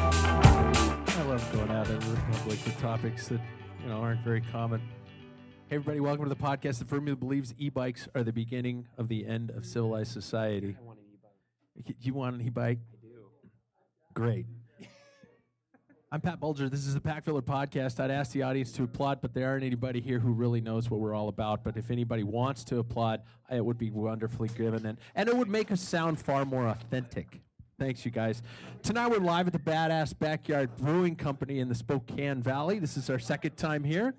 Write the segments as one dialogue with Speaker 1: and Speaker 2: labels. Speaker 1: I love going out in the public with topics that you know aren't very common. Hey, everybody! Welcome to the podcast. The firm that believes e-bikes are the beginning of the end of civilized society. I want an e-bike. You want an e-bike? I do. Great. I'm Pat Bulger. This is the Pack Filler Podcast. I'd ask the audience to applaud, but there aren't anybody here who really knows what we're all about. But if anybody wants to applaud, it would be wonderfully given, and, and it would make us sound far more authentic. Thanks, you guys. Tonight we're live at the Badass Backyard Brewing Company in the Spokane Valley. This is our second time here.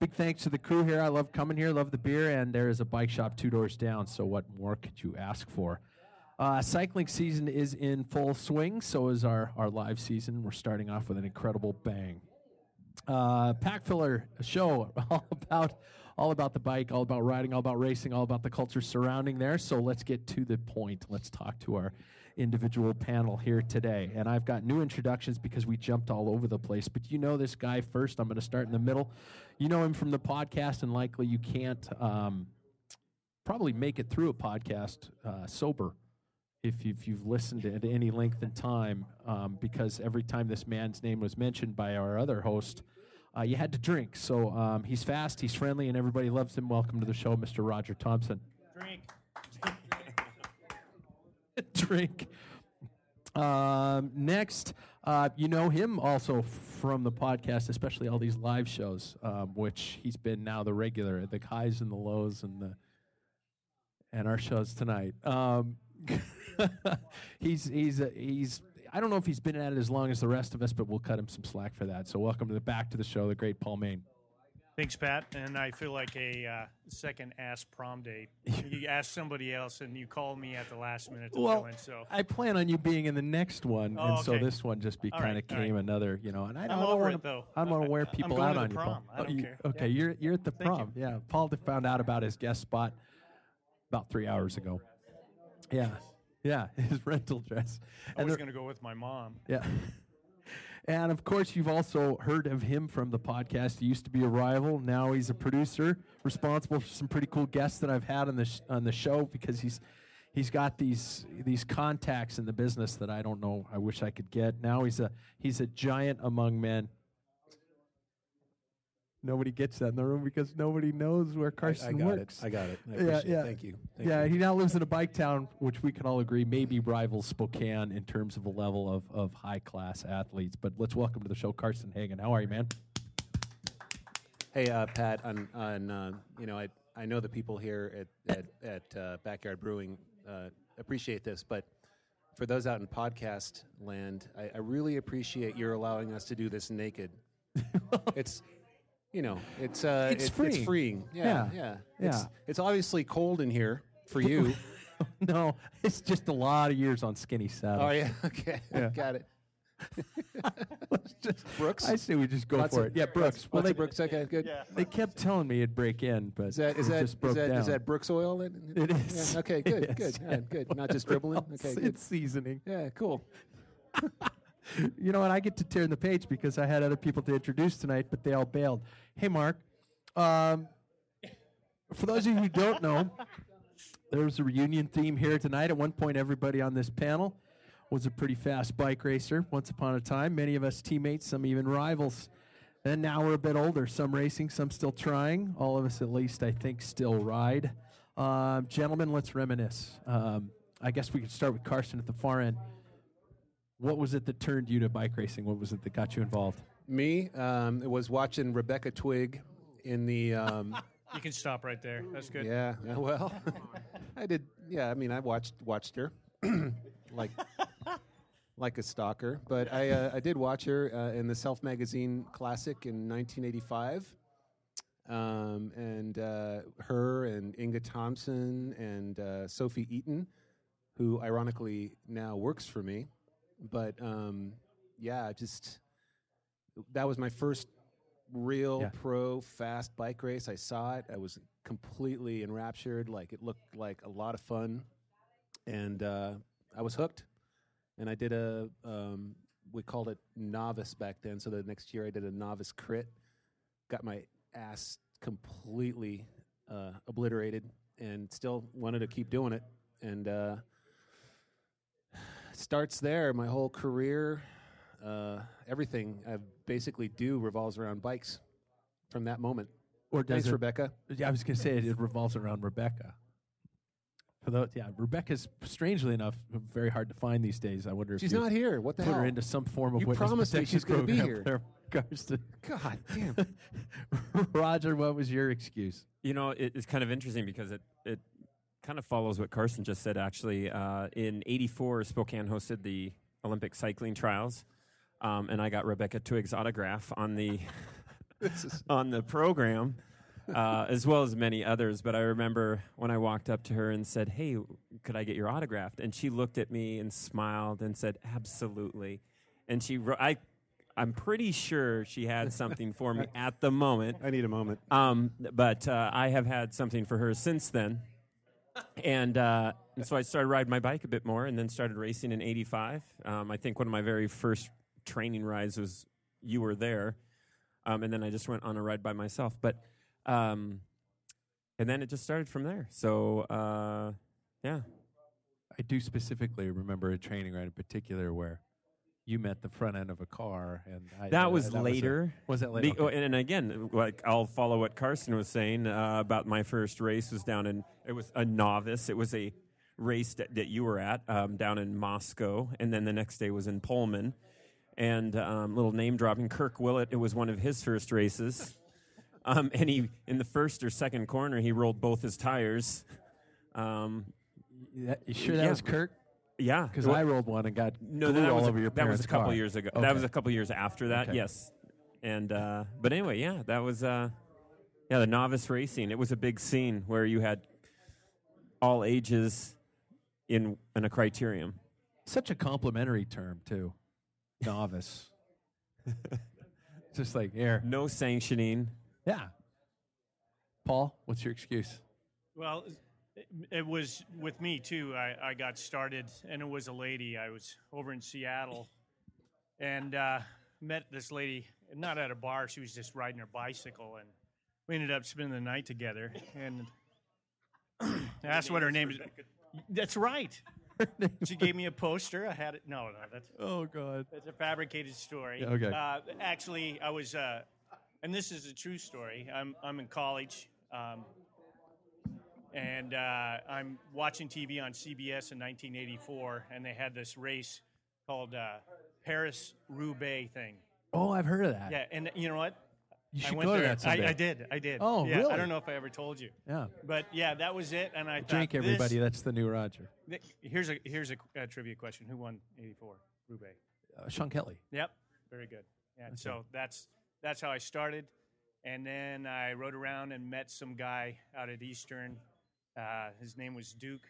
Speaker 1: Big thanks to the crew here. I love coming here, love the beer, and there is a bike shop two doors down. So, what more could you ask for? Uh, cycling season is in full swing, so is our, our live season. We're starting off with an incredible bang. Uh, Pack Filler show all about all about the bike, all about riding, all about racing, all about the culture surrounding there. So let's get to the point. Let's talk to our individual panel here today. And I've got new introductions because we jumped all over the place. But you know this guy first. I'm going to start in the middle. You know him from the podcast, and likely you can't um, probably make it through a podcast uh, sober if you've, you've listened at any length in time, um, because every time this man's name was mentioned by our other host, uh, you had to drink. So um, he's fast, he's friendly, and everybody loves him. Welcome to the show, Mr. Roger Thompson. Drink. Drink. Um, next, uh, you know him also from the podcast, especially all these live shows, um, which he's been now the regular, the highs and the lows and the and our shows tonight. Um, he's he's a, he's I don't know if he's been at it as long as the rest of us, but we'll cut him some slack for that. So welcome to the back to the show, the great Paul Maine.
Speaker 2: Thanks, Pat. And I feel like a uh, second ass prom date. you ask somebody else, and you call me at the last minute to fill in. So
Speaker 1: I plan on you being in the next one,
Speaker 2: Oh,
Speaker 1: and so
Speaker 2: okay.
Speaker 1: this one just be
Speaker 2: All
Speaker 1: kind
Speaker 2: right,
Speaker 1: of
Speaker 2: all right.
Speaker 1: came another, you know. And I don't,
Speaker 2: I'm
Speaker 1: I don't
Speaker 2: over
Speaker 1: wanna,
Speaker 2: it, though.
Speaker 1: I don't want
Speaker 2: I-
Speaker 1: to wear
Speaker 2: I'm
Speaker 1: people
Speaker 2: going
Speaker 1: out
Speaker 2: to the
Speaker 1: on you, Paul.
Speaker 2: prom. I don't
Speaker 1: you-
Speaker 2: care.
Speaker 1: Okay, you're you're at the
Speaker 2: Thank you.
Speaker 1: prom. Yeah, Paul d- found out about his guest spot about three hours ago. Yeah, yeah, his rental dress.
Speaker 2: I was
Speaker 1: there-
Speaker 2: going to go with my mom.
Speaker 1: Yeah. And of course, you've also heard of him from the podcast. He used to be a rival. Now he's a producer, responsible for some pretty cool guests that I've had on the sh- on the show because he's he's got these these contacts in the business that I don't know. I wish I could get. Now he's a he's a giant among men. Nobody gets that in the room because nobody knows where Carson
Speaker 3: I got
Speaker 1: works.
Speaker 3: it. I got it. I
Speaker 1: Yeah,
Speaker 3: appreciate
Speaker 1: yeah.
Speaker 3: it. Thank you. Thank
Speaker 1: yeah,
Speaker 3: you.
Speaker 1: he now lives in a bike town, which we can all agree maybe rivals Spokane in terms of a level of, of high class athletes. But let's welcome to the show Carson Hagen. How are you, man?
Speaker 3: Hey, uh, Pat, on, on uh, you know, I, I know the people here at at, at uh, Backyard Brewing uh, appreciate this, but for those out in podcast land, I, I really appreciate your allowing us to do this naked. it's you know, it's uh,
Speaker 1: It's
Speaker 3: it-
Speaker 1: freeing.
Speaker 3: freeing. Yeah,
Speaker 1: Yeah.
Speaker 3: yeah, It's,
Speaker 1: Yeah.
Speaker 3: it's obviously cold in here for you.
Speaker 1: no, it's just a lot of years on skinny saddle.
Speaker 3: oh yeah, okay,
Speaker 1: Yeah.
Speaker 3: got it. Brooks,
Speaker 1: I say we just go
Speaker 3: Lots
Speaker 1: for
Speaker 3: of-
Speaker 1: it. Yeah, Brooks.
Speaker 3: Lots
Speaker 1: Well,
Speaker 3: of
Speaker 1: they,
Speaker 3: Brooks. Okay, good.
Speaker 1: they kept telling me it'd break in, but
Speaker 3: Is that is
Speaker 1: it
Speaker 3: that is
Speaker 1: just broke
Speaker 3: that,
Speaker 1: down.
Speaker 3: is that Brooks oil? That,
Speaker 1: It is.
Speaker 3: Yeah, okay, good,
Speaker 1: Yes.
Speaker 3: good, all right, good. Not just dribbling. Okay,
Speaker 1: it's,
Speaker 3: good.
Speaker 1: it's seasoning.
Speaker 3: Yeah, cool.
Speaker 1: You know, and I get to turn the page because I had other people to introduce tonight, but they all bailed. Hey, Mark. Um, for those of you who don't know, there's a reunion theme here tonight. At one point, everybody on this panel was a pretty fast bike racer once upon a time. Many of us teammates, some even rivals. And now we're a bit older, some racing, some still trying. All of us, at least, I think, still ride. Um, gentlemen, let's reminisce. Um, I guess we could start with Carson at the far end. What was it that turned you to bike racing? What was it that got you involved?
Speaker 3: Me um, was watching Rebecca Twig in the. Um,
Speaker 2: You can stop right there. That's good.
Speaker 3: yeah, yeah, well, I did. Yeah, I mean, I watched watched her, like like a stalker. But I uh, I did watch her uh, in the Self Magazine Classic in 1985. Um, and uh, her and Inga Thompson and uh, Sophie Eaton, who ironically now works for me, but um, yeah, just that was my first real
Speaker 1: Yeah.
Speaker 3: pro fast bike race. I saw it. I was completely enraptured. Like it looked like a lot of fun, and uh, I was hooked. And I did a um, we called it novice back then. So the next year I did a novice crit. Got my ass completely uh, obliterated, and still wanted to keep doing it. And uh, starts there. My whole career, uh, everything I basically do revolves around bikes from that moment.
Speaker 1: Or does
Speaker 3: Thanks,
Speaker 1: it,
Speaker 3: Rebecca.
Speaker 1: Yeah, I was gonna say it, it revolves around Rebecca. For those, yeah, Rebecca's strangely enough very hard to find these days. I wonder if
Speaker 3: She's
Speaker 1: you
Speaker 3: not here. What the
Speaker 1: put
Speaker 3: hell?
Speaker 1: her into some form of
Speaker 3: You
Speaker 1: witness
Speaker 3: promised me
Speaker 1: protection
Speaker 3: she's gonna be
Speaker 1: program
Speaker 3: here.
Speaker 1: there, Karsten.
Speaker 3: God damn.
Speaker 1: Roger, what was your excuse?
Speaker 4: You know, it, it's kind of interesting because it, it kind of follows what Carson just said, actually. Uh, in 84, Spokane hosted the Olympic cycling trials, um, and I got Rebecca Twiggs' autograph on the, on the program, uh, as well as many others. But I remember when I walked up to her and said, Hey, could I get your autograph? And she looked at me and smiled and said, Absolutely. And she, wrote, I, I'm pretty sure she had something for me at the moment.
Speaker 3: I need a moment.
Speaker 4: Um, but uh, I have had something for her since then. And, uh, and so I started riding my bike a bit more and then started racing in 85. Um, I think one of my very first training rides was you were there. Um, and then I just went on a ride by myself. But, um, and then it just started from there. So, uh, yeah.
Speaker 1: I do specifically remember a training ride in particular where you met the front end of a car, and I,
Speaker 4: That was
Speaker 1: a-
Speaker 4: later.
Speaker 1: Was, that later?
Speaker 4: The- oh, and, and again, like I'll follow what Carson was saying uh, about my first race was down in it was a novice. It was a race that, that you were at um, down in Moscow, and then the next day was in Pullman. And um, little name dropping, Kirk Willett. It was one of his first races, um, and he in the first or second corner he rolled both his tires. Um,
Speaker 1: That- you sure that
Speaker 4: yeah.
Speaker 1: was Kirk?
Speaker 4: yeah,
Speaker 1: Because I rolled one and got
Speaker 4: no,
Speaker 1: glue
Speaker 4: that
Speaker 1: all
Speaker 4: was a,
Speaker 1: over your
Speaker 4: that was
Speaker 1: parents'
Speaker 4: a couple
Speaker 1: car.
Speaker 4: years ago.
Speaker 1: Okay.
Speaker 4: That was a couple years after that.
Speaker 1: Okay.
Speaker 4: Yes, and uh, but anyway, yeah, that was uh, yeah the novice racing. It was a big scene where you had all ages in in a criterium.
Speaker 1: Such a complimentary term too, novice. Just like here,
Speaker 4: No sanctioning.
Speaker 1: yeah. Paul, what's your excuse?
Speaker 2: Well, it- it was with me too. I, I got started, and it was a lady. I was over in Seattle and uh, met this lady, not at a bar. She was just riding her bicycle, and we ended up spending the night together. And that's what her name is. That's right. She gave me a poster. I had it. No, no, that's
Speaker 1: Oh God.
Speaker 2: that's a fabricated story.
Speaker 1: Yeah, okay.
Speaker 2: Uh, actually, I was, uh, and this is a true story. I'm I'm in college, um, and uh, I'm watching TV on CBS in 1984, and they had this race called uh, Paris Roubaix thing.
Speaker 1: Oh, I've heard of that.
Speaker 2: Yeah, and you know what?
Speaker 1: You
Speaker 2: I
Speaker 1: should
Speaker 2: went
Speaker 1: go to
Speaker 2: there.
Speaker 1: that someday.
Speaker 2: I, I did. I did.
Speaker 1: Oh,
Speaker 2: yeah,
Speaker 1: really?
Speaker 2: I don't know if I ever told you.
Speaker 1: Yeah.
Speaker 2: But yeah, that was it. And I
Speaker 1: Drink,
Speaker 2: thought,
Speaker 1: everybody.
Speaker 2: This,
Speaker 1: That's the new Roger.
Speaker 2: th- here's a here's a, uh trivia question. Who won '84? Roubaix.
Speaker 1: Uh, Sean Kelly.
Speaker 2: Yep. Very good. Yeah. So that's that's how I started, and then I rode around and met some guy out at Eastern. Uh, his name was Duke,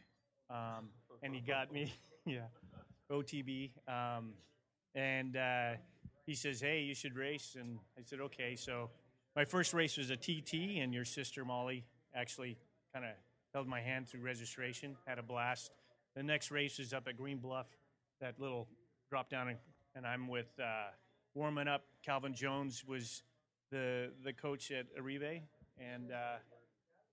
Speaker 2: um, and he got me, yeah, OTB, um, and uh, he says, "Hey, you should race." And I said, "Okay." So my first race was a TT, and your sister Molly actually kind of held my hand through registration. Had a blast. The next race is up at Green Bluff, that little drop down, and, and I'm with uh, warming up. Calvin Jones was the the coach at Arrive, and uh,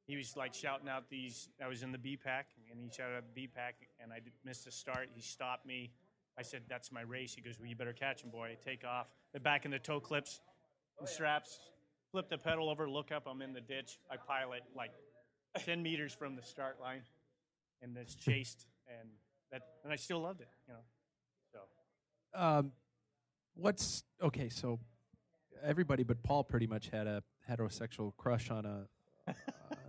Speaker 2: he was like shouting out these. I was in the B pack, and he shouted out the B pack, and I did, missed a start. He stopped me. I said, "That's my race." He goes, "Well, you better catch him, boy. Take off." The back in the toe clips, the straps. Flip the pedal over. Look up. I'm in the ditch. I pilot like ten meters from the start line, and it's chased, and that, and I still loved it. You know, so
Speaker 1: Um, what's okay? So everybody but Paul pretty much had a heterosexual crush on a on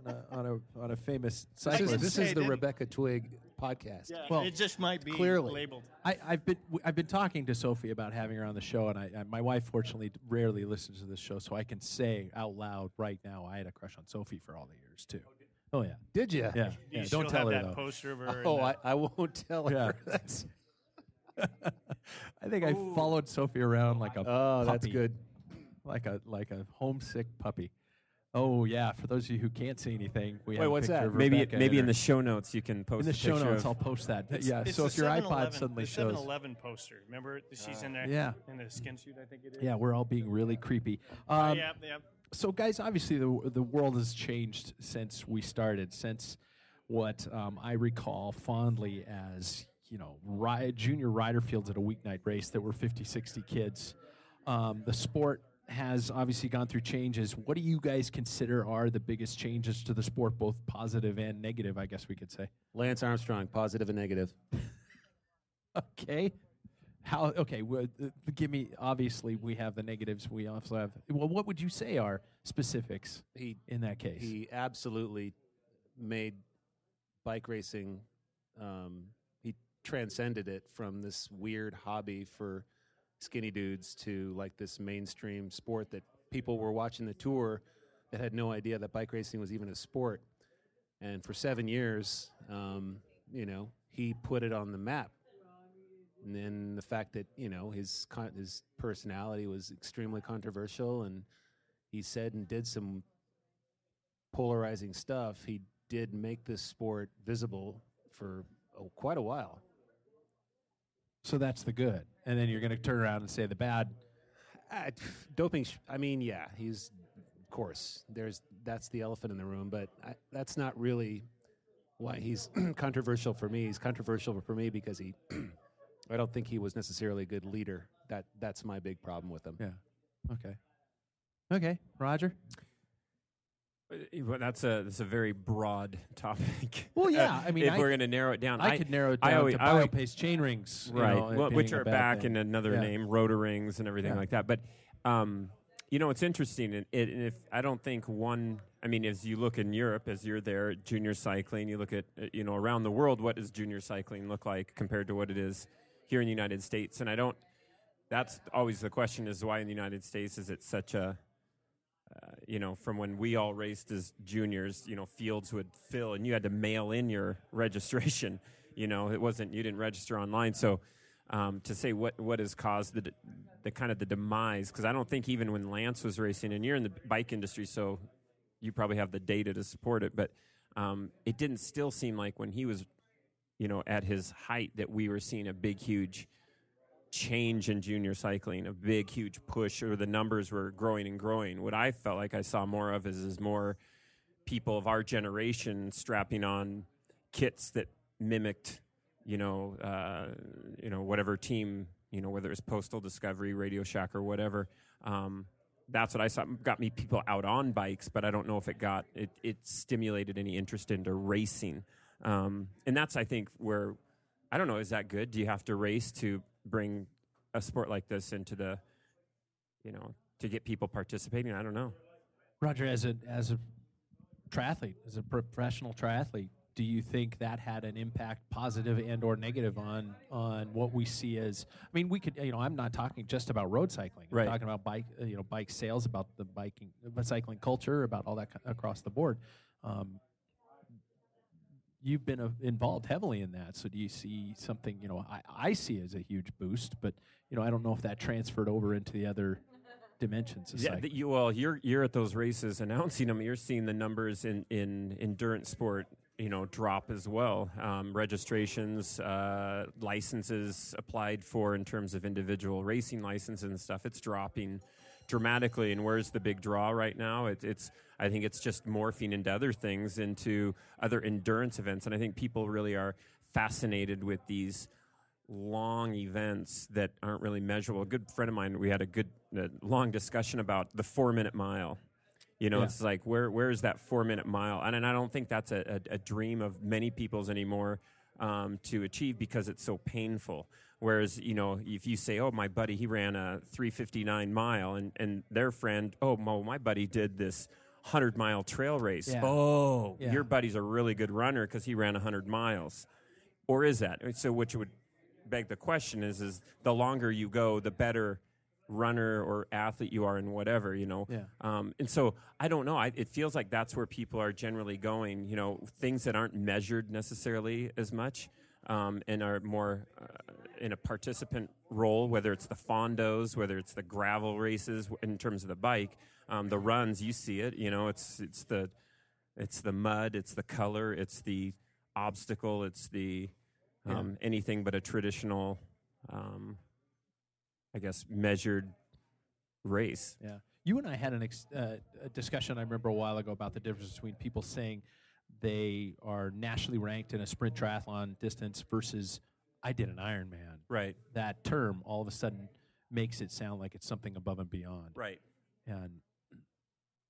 Speaker 1: a on a, on a famous
Speaker 3: This is,
Speaker 1: cyclist.
Speaker 3: this
Speaker 2: say
Speaker 3: is
Speaker 2: it
Speaker 3: the
Speaker 2: didn't-
Speaker 3: Rebecca Twig podcast.
Speaker 1: Well,
Speaker 2: it just might be
Speaker 3: clearly.
Speaker 2: labeled.
Speaker 1: I, I've been w- I've been talking to Sophie about having her on the show, and I, I my wife fortunately rarely listens to this show, so I can say out loud right now I had a crush on Sophie for all the years too. Oh yeah,
Speaker 3: Did you?
Speaker 1: yeah.
Speaker 2: Do
Speaker 1: yeah.
Speaker 2: you still
Speaker 1: Don't tell
Speaker 2: have
Speaker 1: her
Speaker 2: that
Speaker 1: though.
Speaker 2: poster of her. in
Speaker 3: Oh,
Speaker 2: the-
Speaker 3: I, I won't tell
Speaker 1: Yeah.
Speaker 3: her. That's,
Speaker 1: I think I followed Sophie around like a
Speaker 3: oh, that's
Speaker 1: puppy.
Speaker 3: good.
Speaker 1: like a like a homesick puppy. Oh yeah, for those of you who can't see anything, we have
Speaker 3: Wait, what's
Speaker 1: a picture
Speaker 3: that?
Speaker 1: Of
Speaker 4: Maybe
Speaker 1: Rebecca
Speaker 4: maybe in
Speaker 1: her-
Speaker 4: the show notes you can post
Speaker 1: in the
Speaker 4: a
Speaker 1: show
Speaker 4: picture
Speaker 1: notes.
Speaker 4: of-
Speaker 1: I'll post that.
Speaker 2: It's-
Speaker 1: yeah.
Speaker 2: it's
Speaker 1: Uh, So
Speaker 2: the
Speaker 1: if your iPod
Speaker 2: 7-Eleven
Speaker 1: suddenly
Speaker 2: the
Speaker 1: shows, Uh,
Speaker 2: 7-Eleven poster. Remember, that she's in there.
Speaker 1: Yeah.
Speaker 2: in the skin suit. I think it is.
Speaker 1: yeah, we're all being really creepy.
Speaker 2: Oh,
Speaker 1: Um,
Speaker 2: yeah, yeah.
Speaker 1: So guys, obviously the the world has changed since we started. Since what um, I recall fondly as you know, ri- junior rider fields at a weeknight race that were 50, 60 kids. Um, the sport has obviously gone through changes. What do you guys consider are the biggest changes to the sport, both positive and negative? I guess we could say.
Speaker 3: Lance Armstrong, positive and negative.
Speaker 1: Okay. How okay? Well, uh, give me. Obviously, we have the negatives. We also have. Well, what would you say are specifics
Speaker 3: He
Speaker 1: in that case?
Speaker 3: he absolutely made bike racing. Um, he transcended it from this weird hobby for skinny dudes to like this mainstream sport that people were watching the tour that had no idea that bike racing was even a sport. And for seven years, um, you know, he put it on the map. And then the fact that you know his con- his personality was extremely controversial, and he said and did some polarizing stuff, he did make this sport visible for oh, quite a while.
Speaker 1: So that's the good. And then you're going to turn around and say the bad.
Speaker 3: Uh, doping, sh- I mean, yeah, he's, of course, there's that's the elephant in the room, but I, that's not really why he's controversial for me. He's controversial for me because he, I don't think he was necessarily a good leader. That that's my big problem with him.
Speaker 1: Yeah. Okay. Okay. Roger?
Speaker 4: Uh, Well, that's a that's a very broad topic. Uh,
Speaker 1: Well, yeah, I mean,
Speaker 4: if
Speaker 1: I-
Speaker 4: we're going to narrow it down,
Speaker 1: I, could narrow it down
Speaker 4: I always,
Speaker 1: to
Speaker 4: I always,
Speaker 1: biopace chain rings. you
Speaker 4: right,
Speaker 1: know, it
Speaker 4: well, which
Speaker 1: being a
Speaker 4: are
Speaker 1: bad
Speaker 4: back
Speaker 1: thing.
Speaker 4: in another
Speaker 1: Yeah.
Speaker 4: name, rotor rings and everything
Speaker 1: Yeah.
Speaker 4: like that. But um, you know, it's interesting, and, it, and if I don't think one, I mean, as you look in Europe, as you're there, at junior cycling, you look at uh, you know around the world, what does junior cycling look like compared to what it is here in the United States? And I don't. That's always the question: is why in the United States is it such a you know, from when we all raced as juniors, you know, fields would fill and you had to mail in your registration. You know, it wasn't you didn't register online. So um, to say what what has caused the de- the kind of the demise, because I don't think even when Lance was racing, and you're in the bike industry, so you probably have the data to support it, but um, it didn't still seem like when he was, you know, at his height that we were seeing a big, huge change in junior cycling, a big, huge push, or the numbers were growing and growing. What I felt like I saw more of is, is more people of our generation strapping on kits that mimicked, you know, uh, you know, whatever team, you know, whether it was Postal Discovery, Radio Shack, or whatever. Um, that's what I saw. Got me people out on bikes, but I don't know if it got it. It stimulated any interest into racing, um, and that's I think where I don't know. Is that good? Do you have to race to bring a sport like this into the, you know, to get people participating. I don't know.
Speaker 1: Roger, as a as a triathlete, as a professional triathlete, do you think that had an impact, positive and or negative, on on what we see as? I mean, we could, you know, I'm not talking just about road cycling.
Speaker 4: Right.
Speaker 1: I'm talking about bike, uh, you know, bike sales, about the biking, about cycling culture, about all that ki- across the board. Um, you've been uh, involved heavily in that, so do you see something? You know, I, I see as a huge boost, but you know, I don't know if that transferred over into the other dimensions. Of
Speaker 4: Yeah,
Speaker 1: cycling.
Speaker 4: that you, well, you're you're at those races announcing them. You're seeing the numbers in in endurance sport, you know, drop as well. Um, registrations, uh, licenses applied for in terms of individual racing licenses and stuff. It's dropping dramatically. And where's the big draw right now? It, it's I think it's just morphing into other things, into other endurance events. And I think people really are fascinated with these long events that aren't really measurable. A good friend of mine, we had a good uh, long discussion about the four minute mile. You know,
Speaker 1: Yeah.
Speaker 4: it's like where where is that four minute mile? And, and I don't think that's a, a, a dream of many people's anymore um, to achieve because it's so painful. Whereas you know, if you say, "Oh, my buddy, he ran a three fifty nine mile," and and their friend, "Oh, well, my buddy did this." 100 mile trail race.
Speaker 1: Yeah.
Speaker 4: Oh,
Speaker 1: Yeah.
Speaker 4: your buddy's a really good runner because he ran 100 miles or is that so which would beg the question is is the longer you go the better runner or athlete you are in whatever you know
Speaker 1: Yeah.
Speaker 4: um, and so i don't know I, it feels like that's where people are generally going you know things that aren't measured necessarily as much um, and are more uh, in a participant role whether it's the fondos whether it's the gravel races w- in terms of the bike um, the runs you see it you know it's it's the it's the mud, it's the color, it's the obstacle, it's the um, anything but a traditional, um, I guess, measured race.
Speaker 1: Yeah. You and I had an ex- uh, a discussion I remember a while ago about the difference between people saying they are nationally ranked in a sprint triathlon distance versus I did an Ironman.
Speaker 4: Right,
Speaker 1: That term all of a sudden makes it sound like it's something above and beyond.
Speaker 4: right.
Speaker 1: And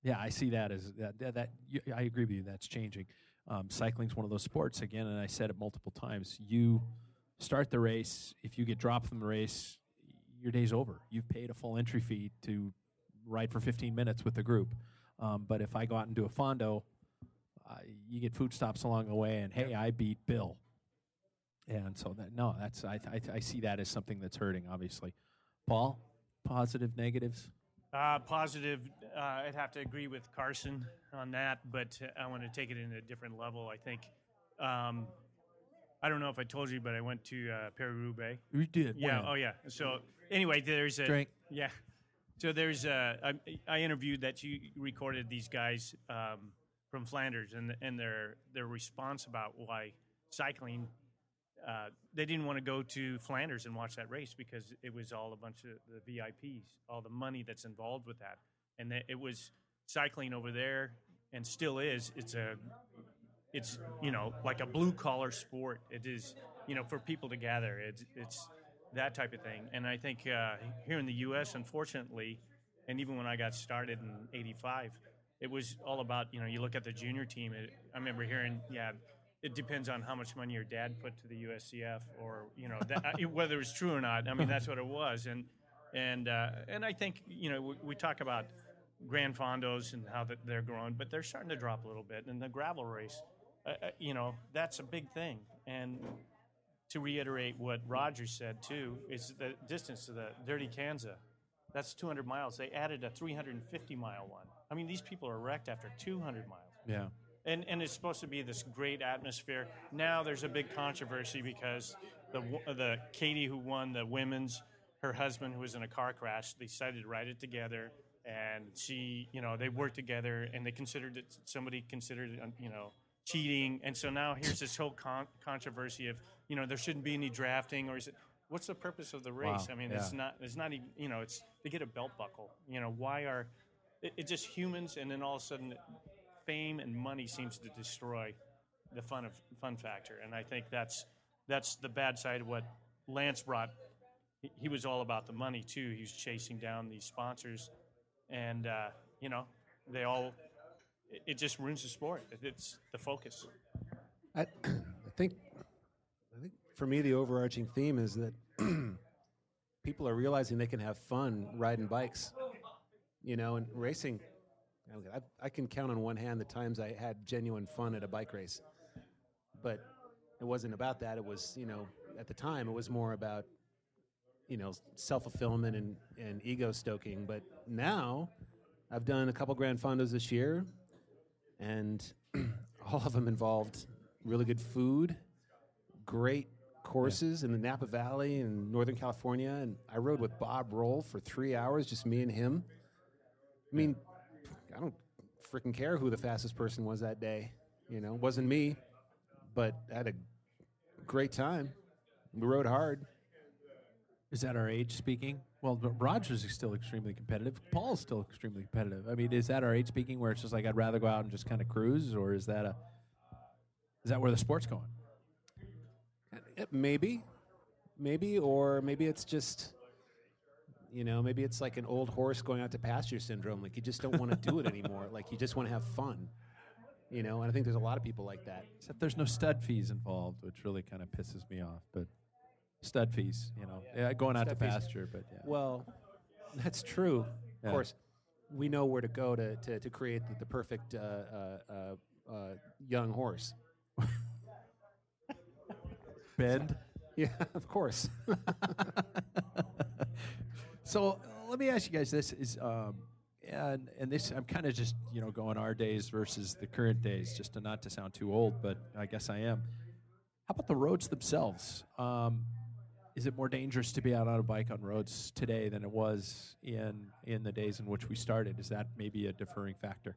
Speaker 1: yeah, I see that as that. That, that you, I agree with you. That's changing. Um, cycling's one of those sports again, and I said it multiple times. You start the race. If you get dropped from the race, your day's over. You've paid a full entry fee to ride for 15 minutes with the group. Um, but if I go out and do a fondo, uh, you get food stops along the way, and hey, I beat Bill. And so that no, that's I, I I see that as something that's hurting. Obviously, Paul, positive negatives.
Speaker 2: Uh, positive. Uh, I'd have to agree with Carson on that, but I want to take it in a different level. I think. Um, I don't know if I told you, but I went to uh, Peru Roubaix.
Speaker 1: You did.
Speaker 2: Yeah. Oh, yeah. So anyway, there's a
Speaker 1: Drink.
Speaker 2: Yeah. So there's a I, I interviewed that you recorded these guys um, from Flanders and and their their response about why cycling. Uh, they didn't want to go to Flanders and watch that race because it was all a bunch of the VIPs, all the money that's involved with that, and that it was cycling over there and still is. It's a it's you know like a blue collar sport. It is you know for people to gather. It's it's that type of thing. And I think uh, here in the U.S., unfortunately, and even when I got started in '85, it was all about you know you look at the junior team. It, I remember hearing yeah. It depends on how much money your dad put to the USCF, or you know that, I- whether it was true or not. I mean, that's what it was, and and uh, and I think you know we, we talk about Grand Fondos and how that they're growing, but they're starting to drop a little bit. And the gravel race, uh, uh, you know, that's a big thing. And to reiterate what Roger said too, is the distance to the Dirty Kansas. That's 200 miles. They added a 350 mile one. I mean, these people are wrecked after 200 miles
Speaker 1: Yeah.
Speaker 2: and and it's supposed to be this great atmosphere. Now there's a big controversy because the wo- the Katie who won the women's, her husband who was in a car crash, they decided to ride it together, and she, you know, they worked together, and they considered it. Somebody considered it, um, you know, cheating, and so now here's this whole con- controversy of you know there shouldn't be any drafting, or is it? What's the purpose of the race?
Speaker 1: Wow,
Speaker 2: I mean, it's
Speaker 1: yeah.
Speaker 2: not. It's not. even- You know, it's to get a belt buckle. You know, why are it, it's just humans, and then all of a sudden, fame and money seems to destroy the fun of fun factor, and I think that's that's the bad side of what Lance brought. He, he was all about the money too. He was chasing down these sponsors, and uh, you know, they all. It, it just ruins the sport. It, it's the focus.
Speaker 3: I, I think, I think for me the overarching theme is that people are realizing they can have fun riding bikes, you know, and racing. I, I can count on one hand the times I had genuine fun at a bike race, but it wasn't about that. It was, you know, at the time it was more about, you know, self fulfillment and, and ego stoking. But now, I've done a couple Grand Fondos this year, and all of them involved really good food, great courses in the Napa Valley and Northern California. And I rode with Bob Roll for three hours, just me and him. I mean, I don't freaking care who the fastest person was that day. You know, it wasn't me, but I had a great time. We rode hard.
Speaker 1: Is that our age speaking? Well, but Rogers is still extremely competitive. Paul's still extremely competitive. I mean, is that our age speaking where it's just like I'd rather go out and just kind of cruise, or is that a is that where the sport's going?
Speaker 3: Eh, Maybe, maybe, or maybe it's just, you know, maybe it's like an old horse going out to pasture syndrome. Like you just don't want to do it anymore. Like you just want to have fun, you know. And I think there's a lot of people like that.
Speaker 1: Except there's no stud fees involved, which really kind of pisses me off. But stud fees, you know, yeah. going out
Speaker 3: Stud
Speaker 1: to
Speaker 3: fees.
Speaker 1: pasture, but yeah.
Speaker 3: Well, that's true.
Speaker 1: Yeah.
Speaker 3: Of course, we know where to go to to, to create the, the perfect uh, uh, uh, uh, young horse.
Speaker 1: bend.
Speaker 3: Yeah, of course.
Speaker 1: So uh, let me ask you guys this is um, and and this I'm kind of just you know going our days versus the current days just to not to sound too old, but I guess I am. How about the roads themselves? Um, is it more dangerous to be out on a bike on roads today than it was in in the days in which we started? Is that maybe a deferring factor?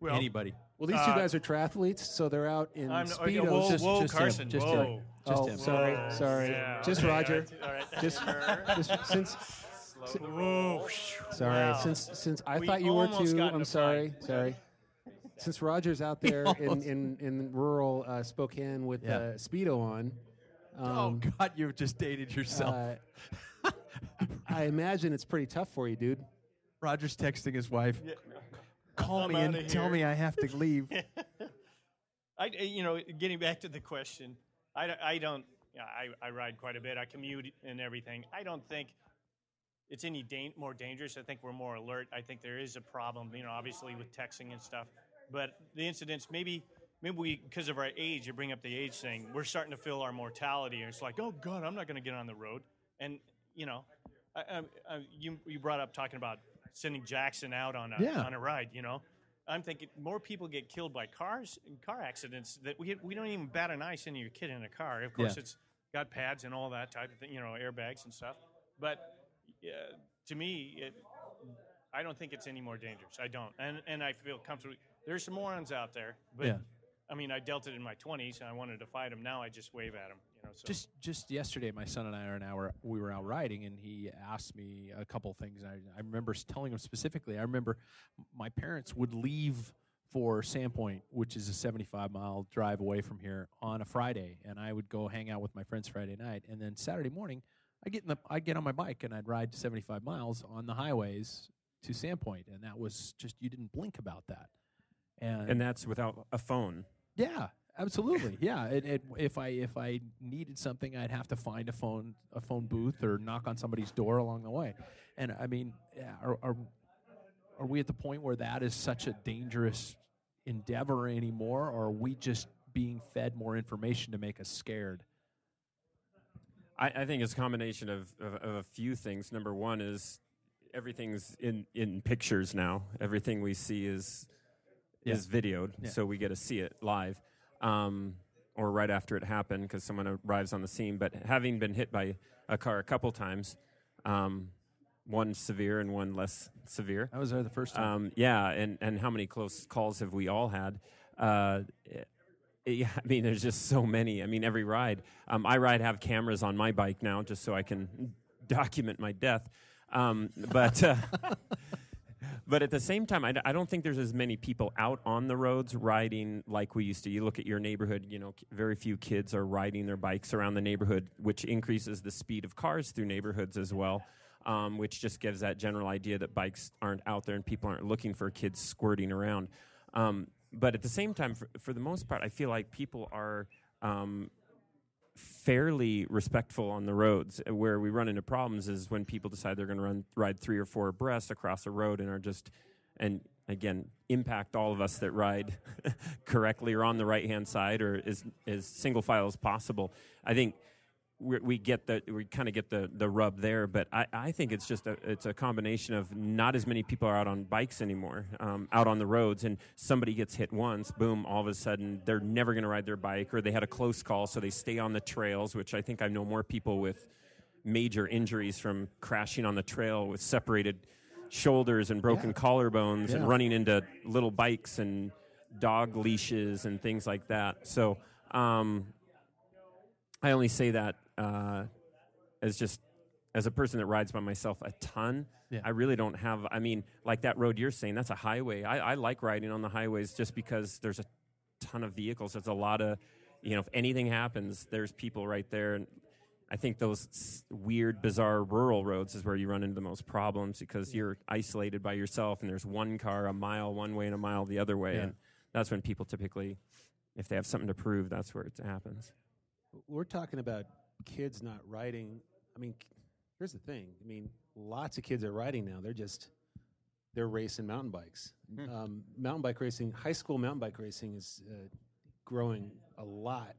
Speaker 2: Well,
Speaker 1: Anybody?
Speaker 3: Well, these two
Speaker 2: Uh,
Speaker 3: guys are triathletes, so they're out in
Speaker 2: I'm- okay,
Speaker 3: speedos.
Speaker 2: Uh, whoa,
Speaker 1: Just-
Speaker 2: whoa,
Speaker 1: just him,
Speaker 2: Carson,
Speaker 1: just him.
Speaker 2: whoa.
Speaker 1: Just
Speaker 3: oh,
Speaker 1: him.
Speaker 3: sorry,
Speaker 2: Whoa.
Speaker 3: sorry.
Speaker 2: Yeah,
Speaker 3: just
Speaker 2: okay, uh,
Speaker 3: Roger.
Speaker 2: all right, all right.
Speaker 3: Just, just since. si-
Speaker 2: Whoa.
Speaker 3: Sorry,
Speaker 2: Wow.
Speaker 3: since since I
Speaker 2: We
Speaker 3: thought you were
Speaker 2: almost
Speaker 3: too.
Speaker 2: got in a
Speaker 3: I'm
Speaker 2: fight.
Speaker 3: sorry, sorry. Since Roger's out there in, in, in rural uh, Spokane with
Speaker 1: Yeah.
Speaker 3: uh, speedo on, um,
Speaker 1: oh God, you've just dated yourself.
Speaker 2: Uh,
Speaker 3: I imagine it's pretty tough for you, dude.
Speaker 1: Roger's texting his wife. Call
Speaker 2: I'm
Speaker 1: me and
Speaker 2: outta
Speaker 1: tell
Speaker 2: here."
Speaker 1: me I have to leave.
Speaker 2: I, you know, getting back to the question, I, don't- I don't, yeah, I, I ride quite a bit. I commute and everything. I don't think it's any dan- more dangerous. I think we're more alert. I think there is a problem, you know, obviously with texting and stuff. But the incidents, maybe, maybe we, because of our age, you bring up the age thing, we're starting to feel our mortality. And it's like, oh God, I'm not going to get on the road. And, you know, I, I, I, you, you brought up talking about sending Jackson out on a,
Speaker 1: Yeah.
Speaker 2: on a ride, you know? I'm thinking more people get killed by cars and car accidents that we we don't even bat an eye sending your kid in a car. Of course,
Speaker 1: Yeah.
Speaker 2: it's got pads and all that type of thing, you know, airbags and stuff. But uh, to me, it, I don't think it's any more dangerous. I don't, and and I feel comfortable. There's some morons out there, but
Speaker 1: Yeah.
Speaker 2: I mean, I dealt it in my 20s, and I wanted to fight them. Now I just wave at them, you know. So
Speaker 1: Just just yesterday, my son and I are an hour. We were out riding, and he asked me a couple things. I I remember s- telling him specifically. I remember m- my parents would leave for Sandpoint, which is a 75 mile drive away from here, on a Friday, and I would go hang out with my friends Friday night, and then Saturday morning, I get in the I get on my bike and I'd ride 75 miles on the highways to Sandpoint, and that was just you didn't blink about that.
Speaker 4: And that's without a phone.
Speaker 1: Yeah, absolutely. Yeah, it, it, if I if I needed something, I'd have to find a phone a phone booth or knock on somebody's door along the way. And I mean, yeah, are are, are we at the point where that is such a dangerous endeavor anymore, or are we just being fed more information to make us scared?
Speaker 4: I, I think it's a combination of, of, of a few things. Number one is everything's in, in pictures now. Everything we see is is videoed, so we get to see it live, um, or right after it happened because someone arrives on the scene. But having been hit by a car a couple times, um, one severe and one less severe,
Speaker 1: I was there the first time.
Speaker 4: um, yeah, and, and how many close calls have we all had? Uh, eh, yeah, I mean, there's just so many. I mean, every ride. Um, I ride have cameras on my bike now, just so I can document my death. Um, but uh, but at the same time, I, d- I don't think there's as many people out on the roads riding like we used to. You look at your neighborhood, you know, k- very few kids are riding their bikes around the neighborhood, which increases the speed of cars through neighborhoods as well, um, which just gives that general idea that bikes aren't out there and people aren't looking for kids squirting around. Um, but at the same time, for, for the most part, I feel like people are. Um, fairly respectful on the roads. Uh, Where we run into problems is when people decide they're going to run ride three or four abreast across a road and are just and again impact all of us that ride correctly or on the right hand side or as as single file as possible. I think we, we get the we kind of get the the rub there. But I, I think it's just a it's a combination of not as many people are out on bikes anymore, um, out on the roads, and somebody gets hit once, boom, all of a sudden they're never going to ride their bike, or they had a close call, so they stay on the trails. Which I think I know more people with major injuries from crashing on the trail with separated shoulders and broken collarbones and running into little bikes and dog leashes and things like that. So. Um, I only say that uh, as just as a person that rides by myself a ton.
Speaker 1: Yeah.
Speaker 4: I really don't have. I mean, like that road you're saying, that's a highway. I, I like riding on the highways just because there's a ton of vehicles. There's a lot of, you know, if anything happens, there's people right there. And I think those s- weird, bizarre rural roads is where you run into the most problems because you're isolated by yourself and there's one car a mile one way and a mile the other way.
Speaker 1: Yeah.
Speaker 4: And that's when people typically, if they have something to prove, that's where it happens.
Speaker 3: We're talking about kids not riding. I mean, k- here's the thing. I mean, lots of kids are riding now. They're just they're racing mountain bikes. Um, mountain bike racing, high school mountain bike racing is uh, growing a lot.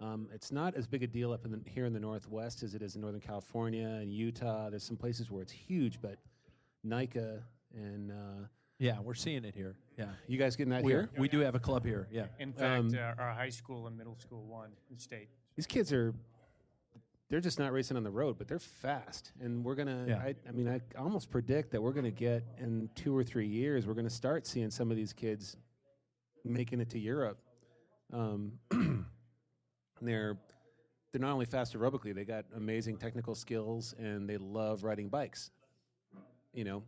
Speaker 3: Um, it's not as big a deal up in the, here in the Northwest as it is in Northern California and Utah. There's some places where it's huge, but Nika and uh,
Speaker 1: Yeah, we're seeing it here. Yeah,
Speaker 3: you guys getting that
Speaker 1: we
Speaker 3: here?
Speaker 1: we do have a club here. Yeah,
Speaker 2: In
Speaker 1: um,
Speaker 2: fact, uh, our high school and middle school won the state.
Speaker 3: these kids are they're just not racing on the road but they're fast and we're gonna
Speaker 1: Yeah.
Speaker 3: I, I mean i almost predict that we're gonna get in two or three years we're gonna start seeing some of these kids making it to europe um, they're they're not only fast aerobically they got amazing technical skills and they love riding bikes you know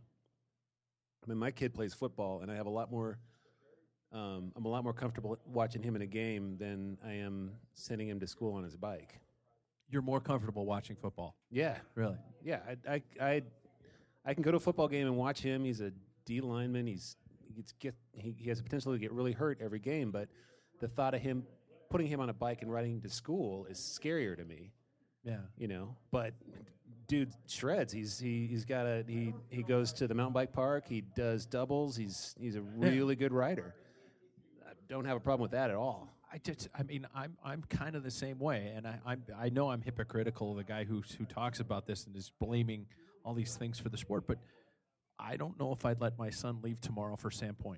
Speaker 3: i mean my kid plays football and i have a lot more um, I'm a lot more comfortable watching him in a game than I am sending him to school on his bike.
Speaker 1: you're more comfortable watching football.
Speaker 3: Yeah,
Speaker 1: Really?
Speaker 3: yeah. I, I, I, I can go to a football game and watch him. He's a D lineman. He's he gets get he, he has the potential to get really hurt every game. But the thought of him putting him on a bike and riding to school is scarier to me.
Speaker 1: Yeah.
Speaker 3: You know, but dude shreds. He's he, he's got a he he goes to the mountain bike park. He does doubles. He's he's a really good rider. I don't have a problem with that at all.
Speaker 1: I just, I mean, I'm, I'm kind of the same way, and I, I'm, I know I'm hypocritical of the guy who, who talks about this and is blaming all these things for the sport, but I don't know if I'd let my son leave tomorrow for Sandpoint.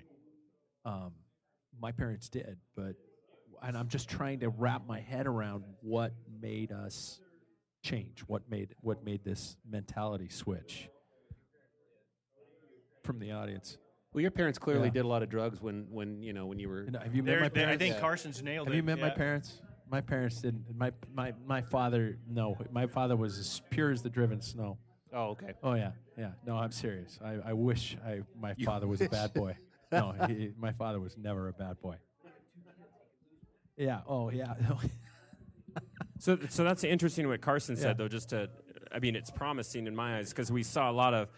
Speaker 1: Um, my parents did, but, and I'm just trying to wrap my head around what made us change, what made, what made this mentality switch from the audience.
Speaker 3: Well, your parents clearly
Speaker 1: Yeah.
Speaker 3: did a lot of drugs when, when you know when you were.
Speaker 1: And have you met
Speaker 2: They're-
Speaker 1: my
Speaker 2: they're-
Speaker 1: parents?
Speaker 2: I think Carson's nailed
Speaker 1: Have
Speaker 2: it.
Speaker 1: you met my
Speaker 2: yeah.
Speaker 1: parents? My parents didn't. My my my father. No, my father was as pure as the driven snow.
Speaker 3: Oh, okay.
Speaker 1: Oh yeah, yeah. No, I'm serious. I, I wish I my father was a bad boy. No, he, my father was never a bad boy. Yeah. Oh yeah.
Speaker 4: So, so that's interesting what Carson said, though. Just to, I mean, it's promising in my eyes because we saw a lot of,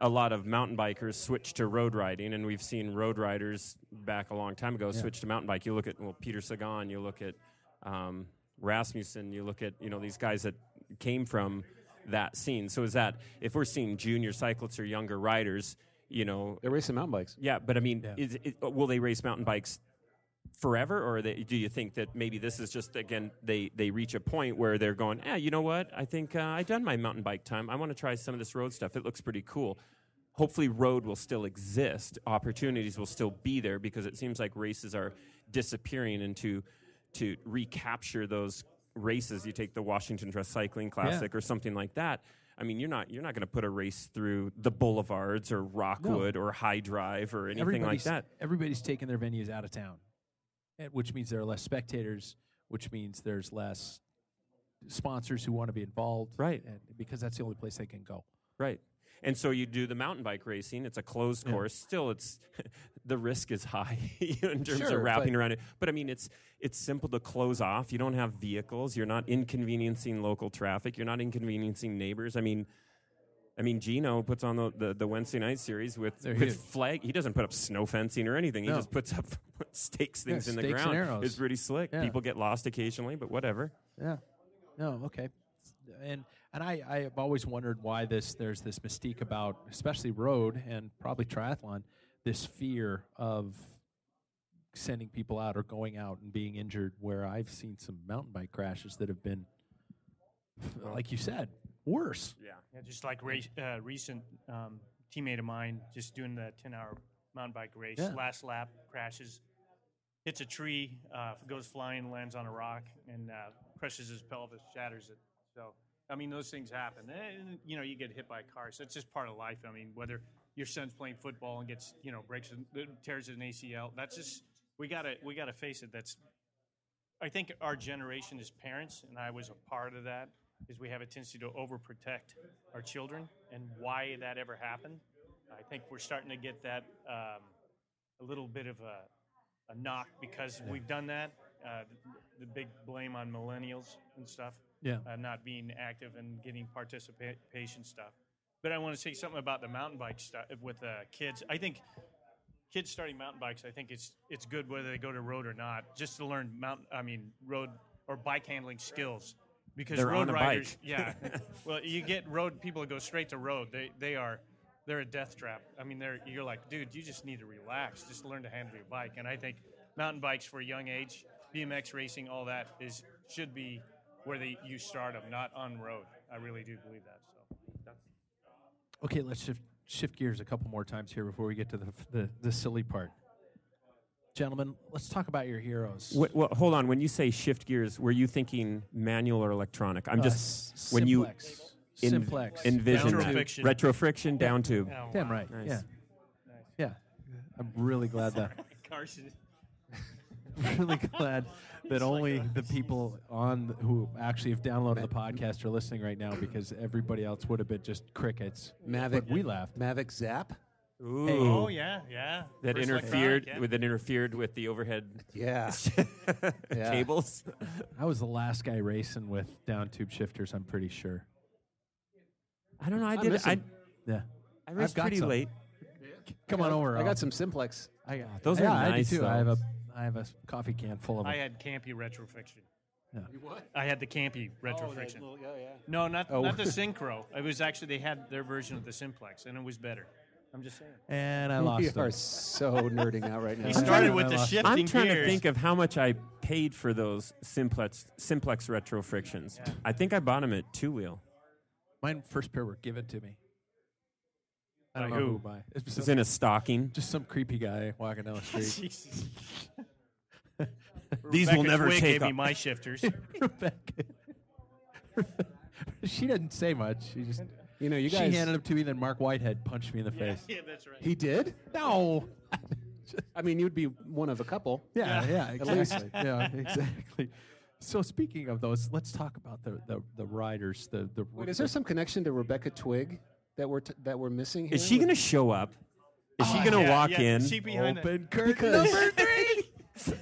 Speaker 4: a lot of mountain bikers switch to road riding, and we've seen road riders back a long time ago switch to mountain bike. You look at well, Peter Sagan, you look at um, Rasmussen, you look at you know these guys that came from that scene. So is that if we're seeing junior cyclists or younger riders, you know,
Speaker 3: They're racing mountain bikes.
Speaker 4: yeah, but I mean, Is, is, will they race mountain bikes forever, or they, do you think that maybe this is just again they they reach a point where they're going, ah, you know what? I think uh, I've done my mountain bike time. I want to try some of this road stuff. It looks pretty cool. Hopefully, road will still exist. Opportunities will still be there because it seems like races are disappearing into to recapture those races. You take the Washington Dress Cycling Classic or something like that. I mean, you're not you're not going to put a race through the boulevards or Rockwood or High Drive or anything
Speaker 1: everybody's,
Speaker 4: like that.
Speaker 1: Everybody's taking their venues out of town, eh, which means there are less spectators, which means there's less sponsors who want to be involved,
Speaker 4: Right.
Speaker 1: And because that's the only place they can go.
Speaker 4: Right. And so you do the mountain bike racing. It's a closed course. Still, it's the risk is high in terms
Speaker 3: Sure,
Speaker 4: of wrapping
Speaker 3: but-
Speaker 4: around it. But I mean, it's it's simple to close off. You don't have vehicles. You're not inconveniencing local traffic. You're not inconveniencing neighbors. I mean, I mean, Gino puts on the the, the Wednesday night series with
Speaker 1: They're
Speaker 4: with
Speaker 1: huge.
Speaker 4: flag. He doesn't put up snow fencing or anything.
Speaker 1: No.
Speaker 4: He just puts up stakes things in the
Speaker 1: stakes and
Speaker 4: ground.
Speaker 1: arrows.
Speaker 4: It's pretty slick.
Speaker 1: Yeah.
Speaker 4: People get lost occasionally, but whatever.
Speaker 1: Yeah. No, okay. And and I I have always wondered why this there's this mystique about especially road and probably triathlon this fear of sending people out or going out and being injured where I've seen some mountain bike crashes that have been like you said worse.
Speaker 4: Yeah.
Speaker 2: Yeah, just like race, uh, recent um, teammate of mine, just doing the 10 hour mountain bike race,
Speaker 1: Yeah.
Speaker 2: last lap crashes, hits a tree, uh, goes flying, lands on a rock, and uh, crushes his pelvis, shatters it. So, I mean, those things happen. Eh, And, you know, you get hit by cars. That's just part of life. I mean, whether your son's playing football and gets, you know, breaks, an- tears an ACL, that's just, we gotta, we gotta face it. That's I think our generation as parents, and I was a part of that, is we have a tendency to overprotect our children and why that ever happened. I think we're starting to get that um, a little bit of a, a knock because we've done that. Uh, the, the big blame on millennials and stuff,
Speaker 1: Yeah.
Speaker 2: uh, not being active and getting participation stuff. But I want to say something about the mountain bike stuff with uh, kids. I think kids starting mountain bikes, I think it's it's good whether they go to road or not, just to learn mountain. I mean, road or bike handling skills because
Speaker 4: They're
Speaker 2: road
Speaker 4: on a
Speaker 2: riders.
Speaker 4: bike.
Speaker 2: Yeah, well, you get road people that go straight to road. They they are they're a death trap. I mean, they're you're like, dude, you just need to relax, just learn to handle your bike. And I think mountain bikes for a young age, BMX racing, all that is should be where they you start them, not on road. I really do believe that. So
Speaker 1: Okay, let's shift shift gears a couple more times here before we get to the the, the silly part. Gentlemen, let's talk about your heroes.
Speaker 4: Wait, well, hold on. When you say shift gears, were you thinking manual or electronic? I'm
Speaker 1: Uh,
Speaker 4: just
Speaker 1: s-
Speaker 4: when you
Speaker 1: simplex.
Speaker 4: en-
Speaker 1: Simplex.
Speaker 4: envision
Speaker 2: Down
Speaker 4: that.
Speaker 2: tube. Retrofriction.
Speaker 4: retro friction down tube.
Speaker 2: Oh,
Speaker 1: Damn
Speaker 2: wow.
Speaker 1: right.
Speaker 4: Nice.
Speaker 1: Yeah. Yeah. I'm really glad that
Speaker 2: Carson.
Speaker 1: really glad that only the people on the, who actually have downloaded the podcast are listening right now because everybody else would have been just crickets.
Speaker 3: Mavic.
Speaker 1: But we laughed.
Speaker 3: Mavic Zap.
Speaker 4: Ooh,
Speaker 2: Oh yeah, yeah.
Speaker 4: that
Speaker 2: First electronic,
Speaker 4: interfered
Speaker 2: yeah.
Speaker 4: with that interfered with the overhead
Speaker 3: Yeah. Yeah.
Speaker 4: cables.
Speaker 1: I was the last guy racing with down tube shifters, I'm pretty sure.
Speaker 4: I don't know. I
Speaker 3: I
Speaker 4: did.
Speaker 3: miss
Speaker 4: I,
Speaker 3: 'em.
Speaker 1: Yeah.
Speaker 4: I raced
Speaker 1: got
Speaker 4: pretty
Speaker 1: some.
Speaker 4: late.
Speaker 1: Come on over.
Speaker 3: I
Speaker 1: I'll-
Speaker 3: got some simplex.
Speaker 1: I got,
Speaker 4: Those are
Speaker 1: yeah, I do
Speaker 4: nice,
Speaker 1: too. I have
Speaker 4: though.
Speaker 1: a I have a s- coffee can full of
Speaker 2: I
Speaker 1: them.
Speaker 2: had campy retrofiction.
Speaker 3: What?
Speaker 2: I had the campy retrofiction. no, not
Speaker 4: Oh.
Speaker 2: not the synchro. It was actually they had their version of the simplex, and it was better. I'm just saying.
Speaker 1: and I
Speaker 3: We
Speaker 1: lost
Speaker 3: are
Speaker 1: them.
Speaker 3: so nerding out right now.
Speaker 2: He
Speaker 1: I
Speaker 2: started
Speaker 1: know,
Speaker 2: with
Speaker 1: I
Speaker 2: the
Speaker 1: lost it.
Speaker 2: shifting
Speaker 4: I'm trying
Speaker 2: gears.
Speaker 4: to think of how much I paid for those simplex simplex retro frictions. I think I bought them at two wheel.
Speaker 1: Mine first pair were given to me. I
Speaker 2: By
Speaker 1: don't know who
Speaker 2: who?
Speaker 1: by. It's
Speaker 4: It was
Speaker 1: some-
Speaker 4: in a stocking.
Speaker 1: just some creepy guy walking down the street.
Speaker 2: Jesus.
Speaker 4: These
Speaker 2: Rebecca
Speaker 4: will never
Speaker 2: Twig
Speaker 4: take
Speaker 2: gave me
Speaker 4: up.
Speaker 2: my shifters.
Speaker 1: Rebecca. she didn't say much. She just
Speaker 3: You know, you
Speaker 1: she
Speaker 3: guys.
Speaker 1: handed them to me. Then Mark Whitehead punched me in the
Speaker 2: yeah,
Speaker 1: face.
Speaker 2: that's right.
Speaker 3: he did.
Speaker 1: No.
Speaker 3: I mean, you'd be one of a couple.
Speaker 1: Yeah, yeah,
Speaker 3: least.
Speaker 1: exactly. yeah, exactly. So speaking of those, let's talk about the the, the riders. The the
Speaker 3: Wait, is there some connection to Rebecca Twig that we're t- that we're missing here?
Speaker 4: Is she gonna show up? Is she gonna
Speaker 2: Oh, Yeah,
Speaker 4: walk
Speaker 2: yeah,
Speaker 4: in?
Speaker 2: She behind that.
Speaker 1: open curtain
Speaker 3: Because-
Speaker 1: number three?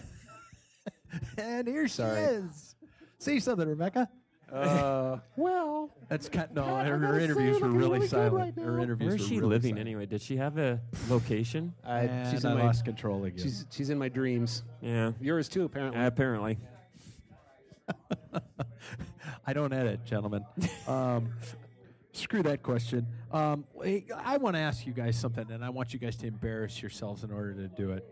Speaker 1: and here
Speaker 3: Sorry.
Speaker 1: she is. Say something, Rebecca.
Speaker 3: Uh, well,
Speaker 1: That's cut. No,
Speaker 3: I
Speaker 1: her,
Speaker 3: gotta
Speaker 1: her
Speaker 3: say,
Speaker 1: interviews
Speaker 3: I'm
Speaker 1: were
Speaker 3: looking
Speaker 1: really,
Speaker 3: really good
Speaker 1: silent.
Speaker 3: right now.
Speaker 1: her interviews
Speaker 4: Where
Speaker 1: were
Speaker 4: is she
Speaker 1: really
Speaker 4: living
Speaker 1: silent.
Speaker 4: anyway? Did she have a location?
Speaker 3: I,
Speaker 1: And
Speaker 3: she's in
Speaker 1: I
Speaker 3: my
Speaker 1: Eh, lost control again.
Speaker 3: she's she's in my dreams.
Speaker 4: Yeah.
Speaker 3: Yours too, apparently.
Speaker 4: Apparently.
Speaker 1: I don't edit, gentlemen. Um, screw that question. Um, hey, I want to ask you guys something, and I want you guys to embarrass yourselves in order to do it.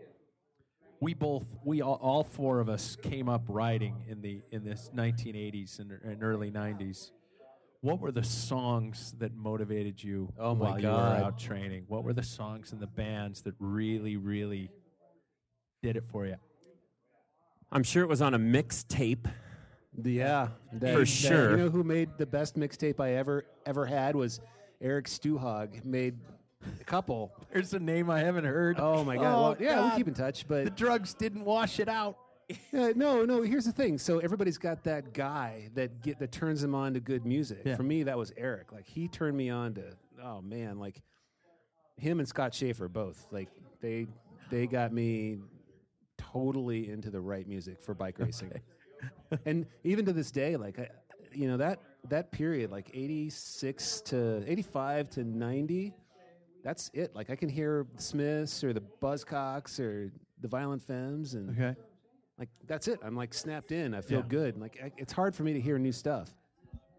Speaker 1: We both, we all, all four of us came up riding in the in this 1980s and, and early 90s. What were the songs that motivated you
Speaker 3: Oh my
Speaker 1: while
Speaker 3: God.
Speaker 1: you were out training? What were the songs and the bands that really, really did it for you?
Speaker 4: I'm sure it was on a mixtape.
Speaker 3: yeah, that-
Speaker 4: For
Speaker 3: that-
Speaker 4: sure.
Speaker 3: You know who made the best mixtape I ever ever had was Eric Stuhog made a couple.
Speaker 1: There's a name I haven't heard.
Speaker 3: Oh my god!
Speaker 1: Oh,
Speaker 3: well, yeah,
Speaker 1: God.
Speaker 3: we keep in touch, but
Speaker 1: The drugs didn't wash it out.
Speaker 3: Uh, no, no. Here's the thing. So everybody's got that guy that get that turns them on to good music.
Speaker 1: Yeah.
Speaker 3: For me, that was Eric. Like he turned me on to. Oh man, like him and Scott Schaefer both. Like they they got me totally into the right music for bike racing. and even to this day, like I, you know that that period, like eighty six to eighty five to ninety that's it. Like I can hear the Smiths or the Buzzcocks or the Violent Femmes, and
Speaker 1: Okay.
Speaker 3: like that's it. I'm like snapped in. I feel
Speaker 1: Yeah.
Speaker 3: good. Like I, it's hard for me to hear new stuff.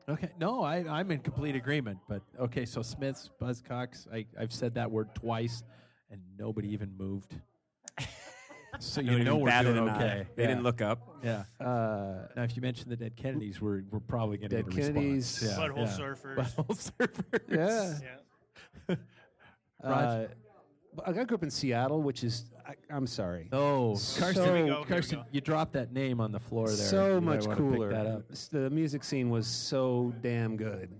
Speaker 1: Okay. No, I, I'm in complete agreement. But okay, so Smiths, Buzzcocks, I, I've said that word twice, and nobody even moved. so you
Speaker 4: Nobody
Speaker 1: know
Speaker 4: even
Speaker 1: we're
Speaker 4: batted
Speaker 1: doing
Speaker 4: an eye.
Speaker 1: okay.
Speaker 4: They
Speaker 1: yeah.
Speaker 4: didn't look up.
Speaker 1: Yeah.
Speaker 3: Uh,
Speaker 1: Now, if you mention the dead Kennedys, we're we're probably going to
Speaker 3: Dead
Speaker 1: get a response.
Speaker 3: Kennedys.
Speaker 1: Yeah,
Speaker 2: Butthole
Speaker 1: yeah.
Speaker 2: surfers.
Speaker 1: Butthole surfers.
Speaker 3: yeah.
Speaker 2: Yeah.
Speaker 3: Uh, but I grew up in Seattle, which is, I, I'm sorry.
Speaker 1: Oh, Carson,
Speaker 3: Here we go, here
Speaker 2: we
Speaker 1: Carson,
Speaker 2: go.
Speaker 1: you dropped that name on the floor there. You
Speaker 3: So
Speaker 1: might
Speaker 3: much
Speaker 1: wanna
Speaker 3: cooler.
Speaker 1: Pick that up.
Speaker 3: S- The music scene was so damn good.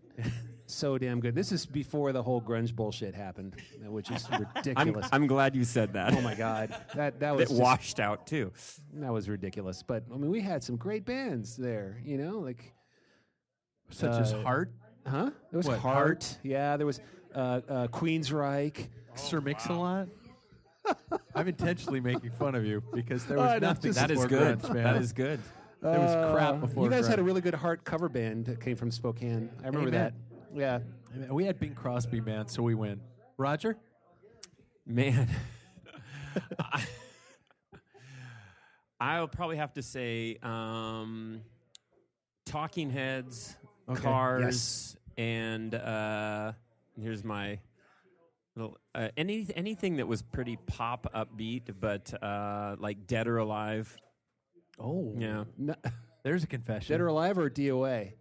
Speaker 3: so damn good. This is before the whole grunge bullshit happened, which is
Speaker 4: I'm,
Speaker 3: ridiculous.
Speaker 4: I'm glad you said that.
Speaker 3: oh my god. That that was
Speaker 4: That
Speaker 3: just-
Speaker 4: washed out too.
Speaker 3: that was ridiculous. But I mean we had some great bands there, you know, like
Speaker 1: Such as
Speaker 3: Uh,
Speaker 1: Hart,
Speaker 3: huh? There was
Speaker 1: What,
Speaker 3: Heart.
Speaker 1: Heart?
Speaker 3: Yeah, there was uh, uh, Queensryche.
Speaker 1: Sir Mix-a-Lot. I'm intentionally making fun of you because there
Speaker 3: Oh,
Speaker 1: was
Speaker 3: I know,
Speaker 1: nothing.
Speaker 3: just-
Speaker 4: That is
Speaker 1: before
Speaker 4: good.
Speaker 1: grunge, man.
Speaker 4: That is good.
Speaker 1: There was crap
Speaker 3: Uh,
Speaker 1: before
Speaker 3: You guys had a
Speaker 1: grunge.
Speaker 3: really good Heart cover band that came from Spokane. I remember
Speaker 1: Amen.
Speaker 3: that. Yeah.
Speaker 1: I mean, We had Bing Crosby, man, so we win. Roger?
Speaker 4: Man. I- I'll probably have to say um, Talking Heads, Cars, and uh, here's my little, uh, any anything that was pretty pop upbeat, but uh, like Dead or Alive.
Speaker 1: Oh,
Speaker 4: Yeah,
Speaker 3: No,
Speaker 1: There's a confession.
Speaker 3: Dead or Alive or DOA?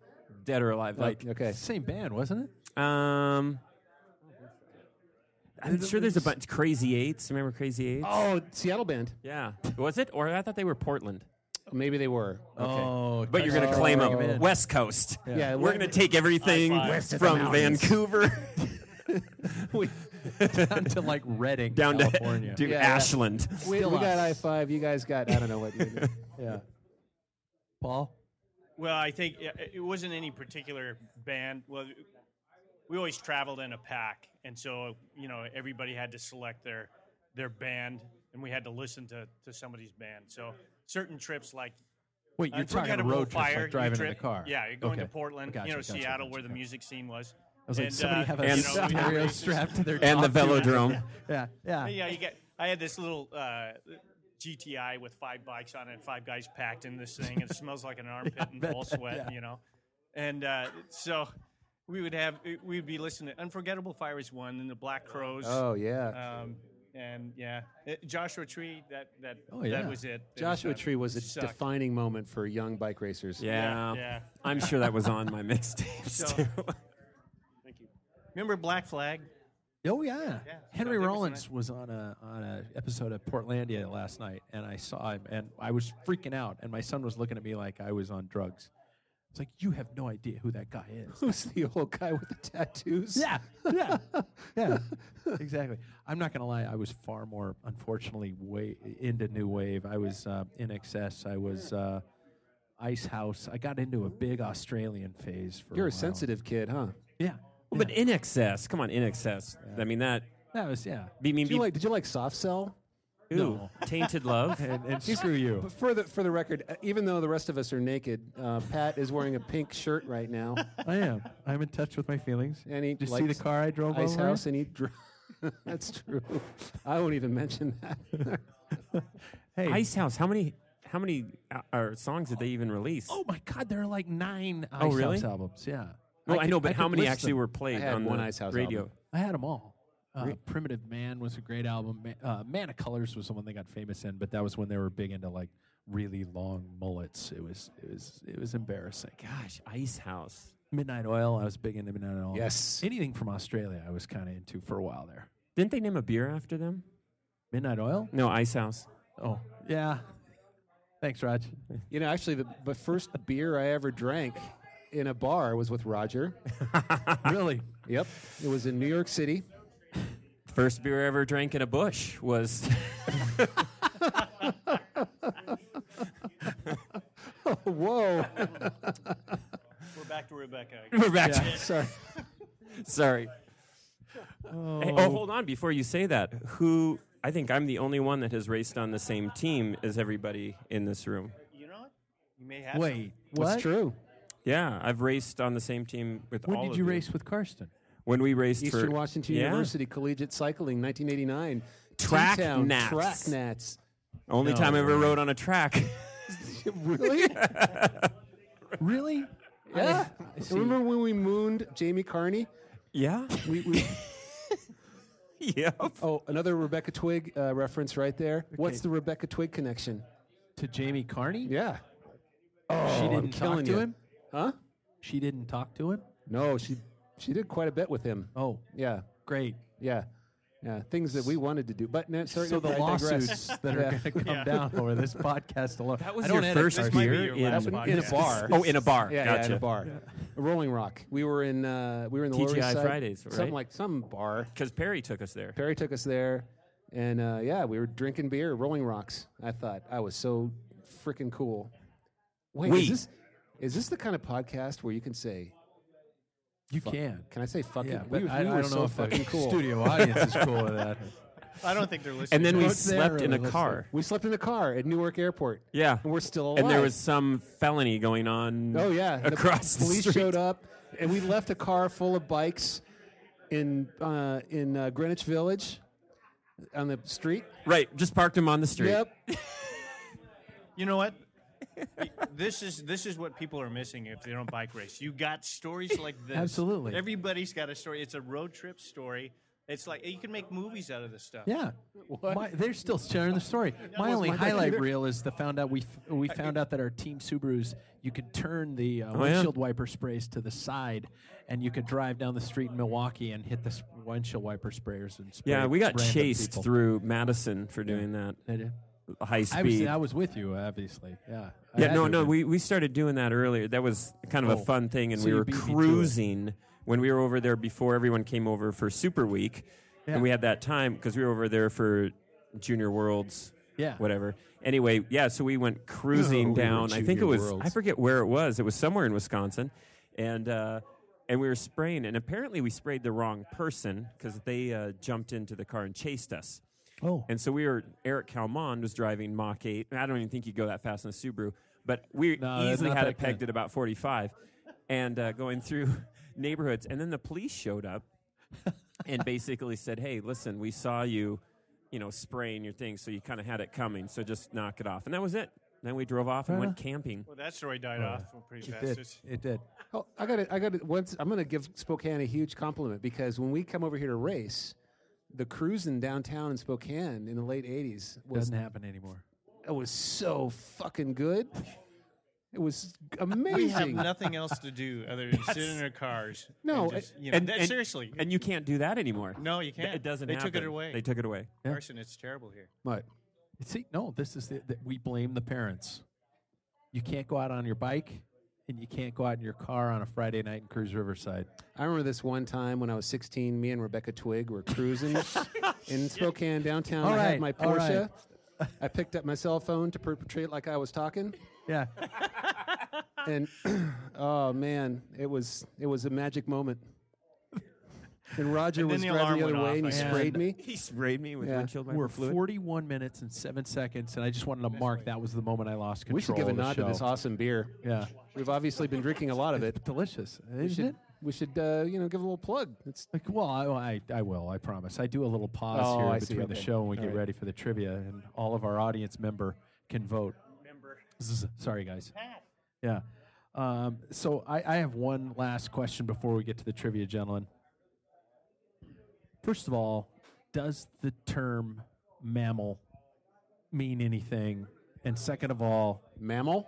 Speaker 4: Dead or Alive. Like
Speaker 3: okay.
Speaker 1: Same band, wasn't it?
Speaker 4: Um, I'm sure there's a bunch. Crazy Eights. Remember Crazy Eights?
Speaker 3: Oh, Seattle band.
Speaker 4: Yeah. Was it? Or I thought they were Portland.
Speaker 3: Maybe they were. Okay.
Speaker 1: Oh,
Speaker 4: But you're going to
Speaker 1: touchdown.
Speaker 4: claim
Speaker 1: Bring 'em
Speaker 4: up
Speaker 1: in.
Speaker 4: West Coast.
Speaker 3: Yeah,
Speaker 4: We're going to take everything
Speaker 2: High five.
Speaker 4: west from Vancouver
Speaker 1: down to like Redding,
Speaker 4: down to,
Speaker 1: California.
Speaker 4: to
Speaker 3: Yeah, yeah.
Speaker 4: Ashland.
Speaker 3: We,
Speaker 1: Still
Speaker 3: we got I
Speaker 1: us.
Speaker 3: five. You guys got I don't know what. You
Speaker 1: Yeah. Paul?
Speaker 2: Well, I think uh, it wasn't any particular band. Well, we always traveled in a pack, and so you know everybody had to select their their band, and we had to listen to to somebody's band. So certain trips like uh,
Speaker 1: Wait, you're
Speaker 2: until we
Speaker 1: talking
Speaker 2: had a
Speaker 1: road
Speaker 2: bull
Speaker 1: trips,
Speaker 2: fire,
Speaker 1: like
Speaker 2: you
Speaker 1: driving in
Speaker 2: trip-
Speaker 1: the car.
Speaker 2: Yeah, you're going to
Speaker 1: Okay.
Speaker 2: Portland,
Speaker 1: Gotcha,
Speaker 2: you know
Speaker 1: gotcha,
Speaker 2: Seattle,
Speaker 1: gotcha,
Speaker 2: where the
Speaker 1: gotcha.
Speaker 2: music scene was.
Speaker 1: I was like,
Speaker 2: And,
Speaker 1: somebody
Speaker 2: uh,
Speaker 1: have a
Speaker 4: And-
Speaker 2: we-
Speaker 1: stereo strapped to their
Speaker 4: And the
Speaker 1: top tuner.
Speaker 4: velodrome.
Speaker 1: Yeah, yeah.
Speaker 2: Yeah, you get. I had this little uh, GTI with five bikes on it, five guys packed in this thing. It smells like an armpit and ball sweat, you know. And uh, so we would have we'd be listening to Unforgettable Fire is one, and the Black Crows,
Speaker 3: Oh yeah.
Speaker 2: um, and yeah, Uh, Joshua Tree. That that
Speaker 1: Oh, yeah.
Speaker 2: that was it. It
Speaker 3: Joshua
Speaker 2: was, uh,
Speaker 3: Tree was a
Speaker 2: sucked.
Speaker 3: defining moment for young bike racers.
Speaker 4: Yeah.
Speaker 2: yeah.
Speaker 4: I'm sure that was on my mixtapes
Speaker 2: So-
Speaker 4: too.
Speaker 2: Remember Black Flag?
Speaker 1: Oh yeah. Henry
Speaker 2: there was a
Speaker 1: Rollins
Speaker 2: nice-
Speaker 1: was on a on a episode of Portlandia last night, and I saw him, and I was freaking out, and my son was looking at me like I was on drugs. It's like you have no idea who that guy is.
Speaker 3: Who's the old guy with the tattoos?
Speaker 1: yeah, yeah, yeah, exactly. I'm not gonna lie, I was far more, unfortunately, way into new wave. I was uh, in excess. I was uh, Ice House. I got into a big Australian phase. For
Speaker 3: You're
Speaker 1: a
Speaker 3: a
Speaker 1: while.
Speaker 3: sensitive kid, huh?
Speaker 1: Yeah,
Speaker 4: Well, But in excess, come on, in excess. I mean that.
Speaker 1: that was yeah.
Speaker 4: Be mean,
Speaker 3: Did you
Speaker 4: be
Speaker 3: like Did you like Soft Cell?
Speaker 4: ooh, tainted love.
Speaker 1: And, and screw you.
Speaker 3: But for the for the record, uh, even though the rest of us are naked, uh, Pat is wearing a pink shirt right now,
Speaker 1: I am. I'm in touch with my feelings.
Speaker 3: and he
Speaker 1: Did you
Speaker 3: likes
Speaker 1: see the car I drove
Speaker 3: Ice
Speaker 1: over?
Speaker 3: House, and he. Dro- That's true. I won't even mention that.
Speaker 1: Hey.
Speaker 4: Ice House. How many? How many uh, or songs did they even release?
Speaker 1: oh my God, there are like nine Ice
Speaker 4: really?
Speaker 1: House albums. Yeah.
Speaker 4: well, I,
Speaker 1: could-
Speaker 4: know, but
Speaker 1: could
Speaker 4: how many
Speaker 1: list
Speaker 4: actually
Speaker 1: them.
Speaker 4: were played
Speaker 3: I had
Speaker 4: on
Speaker 3: one
Speaker 4: the
Speaker 3: Ice House
Speaker 4: radio?
Speaker 3: album.
Speaker 1: I had them all. Uh, Primitive Man was a great album. Man, uh, Man of Colors was the one they got famous in, but that was when they were big into like really long mullets. It was it was it was embarrassing.
Speaker 4: Gosh, Ice House.
Speaker 1: Midnight Oil. I was big into Midnight Oil.
Speaker 3: Yes.
Speaker 1: Anything from Australia, I was kind of into for a while there.
Speaker 4: Didn't they name a beer after them?
Speaker 1: Midnight Oil.
Speaker 4: No, Ice House.
Speaker 1: Oh yeah. Thanks, Raj.
Speaker 3: You know, actually, the, the first beer I ever drank in a bar was with Roger.
Speaker 1: really.
Speaker 3: Yep, it was in New York City.
Speaker 4: First beer I ever drank in a bush was Oh,
Speaker 3: Whoa!
Speaker 2: We're back to Rebecca.
Speaker 4: We're back. to-
Speaker 3: Sorry.
Speaker 4: Sorry. Hey, oh, hold on. Before you say that, who? I think I'm the only one that has raced on the same team as everybody in this room.
Speaker 2: You know what? You may have. some.
Speaker 1: Wait. What?
Speaker 3: That's true.
Speaker 4: Yeah, I've raced on the same team with
Speaker 1: When
Speaker 4: all
Speaker 1: did
Speaker 4: of
Speaker 1: you race with Karsten?
Speaker 4: When we raced
Speaker 3: Eastern
Speaker 4: for
Speaker 3: Washington
Speaker 4: Yeah.
Speaker 3: University Collegiate Cycling, 1989.
Speaker 4: Track
Speaker 3: T-town,
Speaker 4: gnats.
Speaker 3: Track gnats.
Speaker 4: Only time I ever rode on a track.
Speaker 3: Really?
Speaker 1: Really? Yeah. I see.
Speaker 3: Remember when we mooned Jamie Carney?
Speaker 4: Yeah.
Speaker 3: We, we,
Speaker 4: yep.
Speaker 3: oh, another Rebecca Twig uh, reference right there. What's
Speaker 1: Okay.
Speaker 3: the Rebecca Twig connection?
Speaker 1: to Jamie Carney?
Speaker 3: Yeah. Oh,
Speaker 1: she
Speaker 3: I'm
Speaker 1: didn't talk
Speaker 3: killing
Speaker 1: to
Speaker 3: you.
Speaker 1: him?
Speaker 3: Huh?
Speaker 1: She didn't talk to him?
Speaker 3: No, she she did quite a bit with him.
Speaker 1: Oh,
Speaker 3: Yeah,
Speaker 1: great.
Speaker 3: yeah, yeah. Things that we wanted to do, but no, sorry,
Speaker 1: so the
Speaker 3: I digress.
Speaker 1: lawsuits that are
Speaker 3: Yeah.
Speaker 1: going to come down over this podcast alone.
Speaker 4: That was
Speaker 1: I don't
Speaker 4: your
Speaker 1: edit
Speaker 4: first
Speaker 1: this.
Speaker 2: might be
Speaker 4: beer
Speaker 2: your
Speaker 4: in,
Speaker 2: last
Speaker 3: one. In a bar.
Speaker 4: Oh, in a bar.
Speaker 3: Yeah, yeah,
Speaker 4: gotcha.
Speaker 3: in a bar, Rolling Rock. We were in uh, we were in the Lower
Speaker 4: TGI
Speaker 3: East Side,
Speaker 4: Fridays, right?
Speaker 3: Something like some bar.
Speaker 4: Because Perry took us there.
Speaker 3: Perry took us there, and uh, yeah, we were drinking beer, Rolling Rocks. I thought I was so freaking cool. Wait,
Speaker 4: We.
Speaker 3: is this is this the kind of podcast where you can say?
Speaker 1: You can.
Speaker 3: Can I say fucking?
Speaker 1: Yeah,
Speaker 3: we,
Speaker 1: but
Speaker 3: we
Speaker 1: I,
Speaker 3: were
Speaker 1: I don't
Speaker 3: so
Speaker 1: know if
Speaker 3: fucking
Speaker 1: the
Speaker 3: cool.
Speaker 1: studio audience is cool with that.
Speaker 2: I don't think they're listening.
Speaker 4: And then we
Speaker 2: to
Speaker 1: What's there
Speaker 4: slept in a
Speaker 1: really
Speaker 4: car.
Speaker 3: We slept in the car at Newark Airport.
Speaker 4: Yeah.
Speaker 3: and we're still alive.
Speaker 4: And there was some felony going on.
Speaker 3: Oh yeah, the
Speaker 4: Across the
Speaker 3: police
Speaker 4: street.
Speaker 3: showed up, and we left a car full of bikes in uh, in uh, Greenwich Village on the street.
Speaker 4: Right. Just parked him on the street.
Speaker 3: Yep.
Speaker 2: You know what? this is this is what people are missing if they don't bike race. You got stories like this.
Speaker 1: Absolutely.
Speaker 2: Everybody's got a story. It's a road trip story. It's like you can make movies out of this stuff.
Speaker 1: Yeah. My, they're still sharing the story. My only highlight reel is the found out we f- we found out that our team Subarus you could turn the uh,
Speaker 4: Oh, yeah.
Speaker 1: windshield wiper sprays to the side, and you could drive down the street in Milwaukee and hit the s- windshield wiper sprayers and spray
Speaker 4: Yeah, we got
Speaker 1: random
Speaker 4: chased
Speaker 1: people.
Speaker 4: through Madison for doing
Speaker 1: I did.
Speaker 4: that high
Speaker 1: I was
Speaker 4: speed.
Speaker 1: I was with you obviously. Yeah. I
Speaker 4: yeah,
Speaker 1: had
Speaker 4: no,
Speaker 1: to
Speaker 4: no,
Speaker 1: have been.
Speaker 4: we, we started doing that earlier. That was kind of
Speaker 1: Oh.
Speaker 4: a fun thing, and
Speaker 1: So
Speaker 4: we
Speaker 1: you
Speaker 4: were
Speaker 1: beat me to it.
Speaker 4: cruising when we were over there before everyone came over for Super Week,
Speaker 1: Yeah.
Speaker 4: and we had that time because we were over there for Junior Worlds,
Speaker 1: Yeah. Oh,
Speaker 4: whatever. Anyway, yeah, so we went cruising
Speaker 3: we were
Speaker 4: down. I think
Speaker 3: Junior
Speaker 4: it was I
Speaker 3: Worlds.
Speaker 4: forget where it was. It was somewhere in Wisconsin, and uh, and we were spraying, and apparently we sprayed the wrong person because they uh, jumped into the car and chased us.
Speaker 1: Oh.
Speaker 4: And so we were Eric Calmon was driving Mach 8. And I don't even think you go that fast in a Subaru, but we
Speaker 1: No,
Speaker 4: easily
Speaker 1: not
Speaker 4: had
Speaker 1: that
Speaker 4: it pegged
Speaker 1: kind.
Speaker 4: at about 45 and uh, going through neighborhoods and then the police showed up and basically said, "Hey, listen, we saw you, you know, spraying your thing, so you kind of had it coming, so just knock it off." And that was it. Then we drove off and went camping.
Speaker 2: Well, that story died off pretty
Speaker 1: It
Speaker 2: fast.
Speaker 1: did.
Speaker 2: It's-
Speaker 1: It did.
Speaker 3: Oh, I got to I got to once I'm going to give Spokane a huge compliment because when we come over here to race, the cruising downtown in Spokane in the late '80s was
Speaker 1: Doesn't happen anymore.
Speaker 3: it was so fucking good. It was amazing.
Speaker 2: we have nothing else to do other than sit in our cars.
Speaker 3: No,
Speaker 2: and just, you know,
Speaker 4: and-
Speaker 2: that-
Speaker 4: and-
Speaker 2: seriously.
Speaker 4: And you can't do that anymore.
Speaker 2: no, you
Speaker 4: Th-
Speaker 2: can't.
Speaker 4: It doesn't
Speaker 2: They
Speaker 4: happen.
Speaker 2: took it away.
Speaker 4: They took it away.
Speaker 2: Carson, it's terrible here.
Speaker 3: But
Speaker 1: See, no, this is the, the, we blame the parents. You can't go out on your bike, and you can't go out in your car on a Friday night in Cruise Riverside.
Speaker 3: I remember this one time when I was 16. Me and Rebecca Twig were cruising in Spokane downtown.
Speaker 1: All
Speaker 3: I
Speaker 1: right,
Speaker 3: had my
Speaker 1: all right.
Speaker 3: Porsche. I picked up my cell phone to perpetrate like I was talking,
Speaker 1: Yeah,
Speaker 3: and oh man, it was it was a magic moment. And Roger
Speaker 2: And then
Speaker 3: was
Speaker 2: the
Speaker 3: driving
Speaker 2: alarm
Speaker 3: the other
Speaker 2: went
Speaker 3: way, and
Speaker 2: off,
Speaker 3: he
Speaker 1: I
Speaker 3: sprayed
Speaker 1: guess.
Speaker 3: me.
Speaker 4: He sprayed me with
Speaker 3: Yeah.
Speaker 4: windshield wiper
Speaker 1: we're
Speaker 4: fluid.
Speaker 1: 41 minutes and seven seconds, and I just wanted to mark that was the moment I lost control.
Speaker 3: We should give a
Speaker 1: of the
Speaker 3: nod to this
Speaker 1: show.
Speaker 3: awesome beer.
Speaker 1: Yeah,
Speaker 3: We've obviously been drinking a lot of it.
Speaker 1: it's delicious,
Speaker 3: We
Speaker 1: isn't it?
Speaker 3: should we should uh, you know give a little plug. It's
Speaker 1: Like, well, I, I, I will. I promise. I do a little pause
Speaker 3: Oh,
Speaker 1: here
Speaker 3: I see,
Speaker 1: between the
Speaker 3: okay.
Speaker 1: show and we
Speaker 3: All
Speaker 1: get
Speaker 3: right.
Speaker 1: ready for the trivia, and all of our audience member can vote.
Speaker 2: Remember,
Speaker 1: Zzz, Sorry, guys. Yeah. Um, so I, I have one last question before we get to the trivia, gentlemen. First of all, does the term mammal mean anything? And second of all,
Speaker 3: mammal.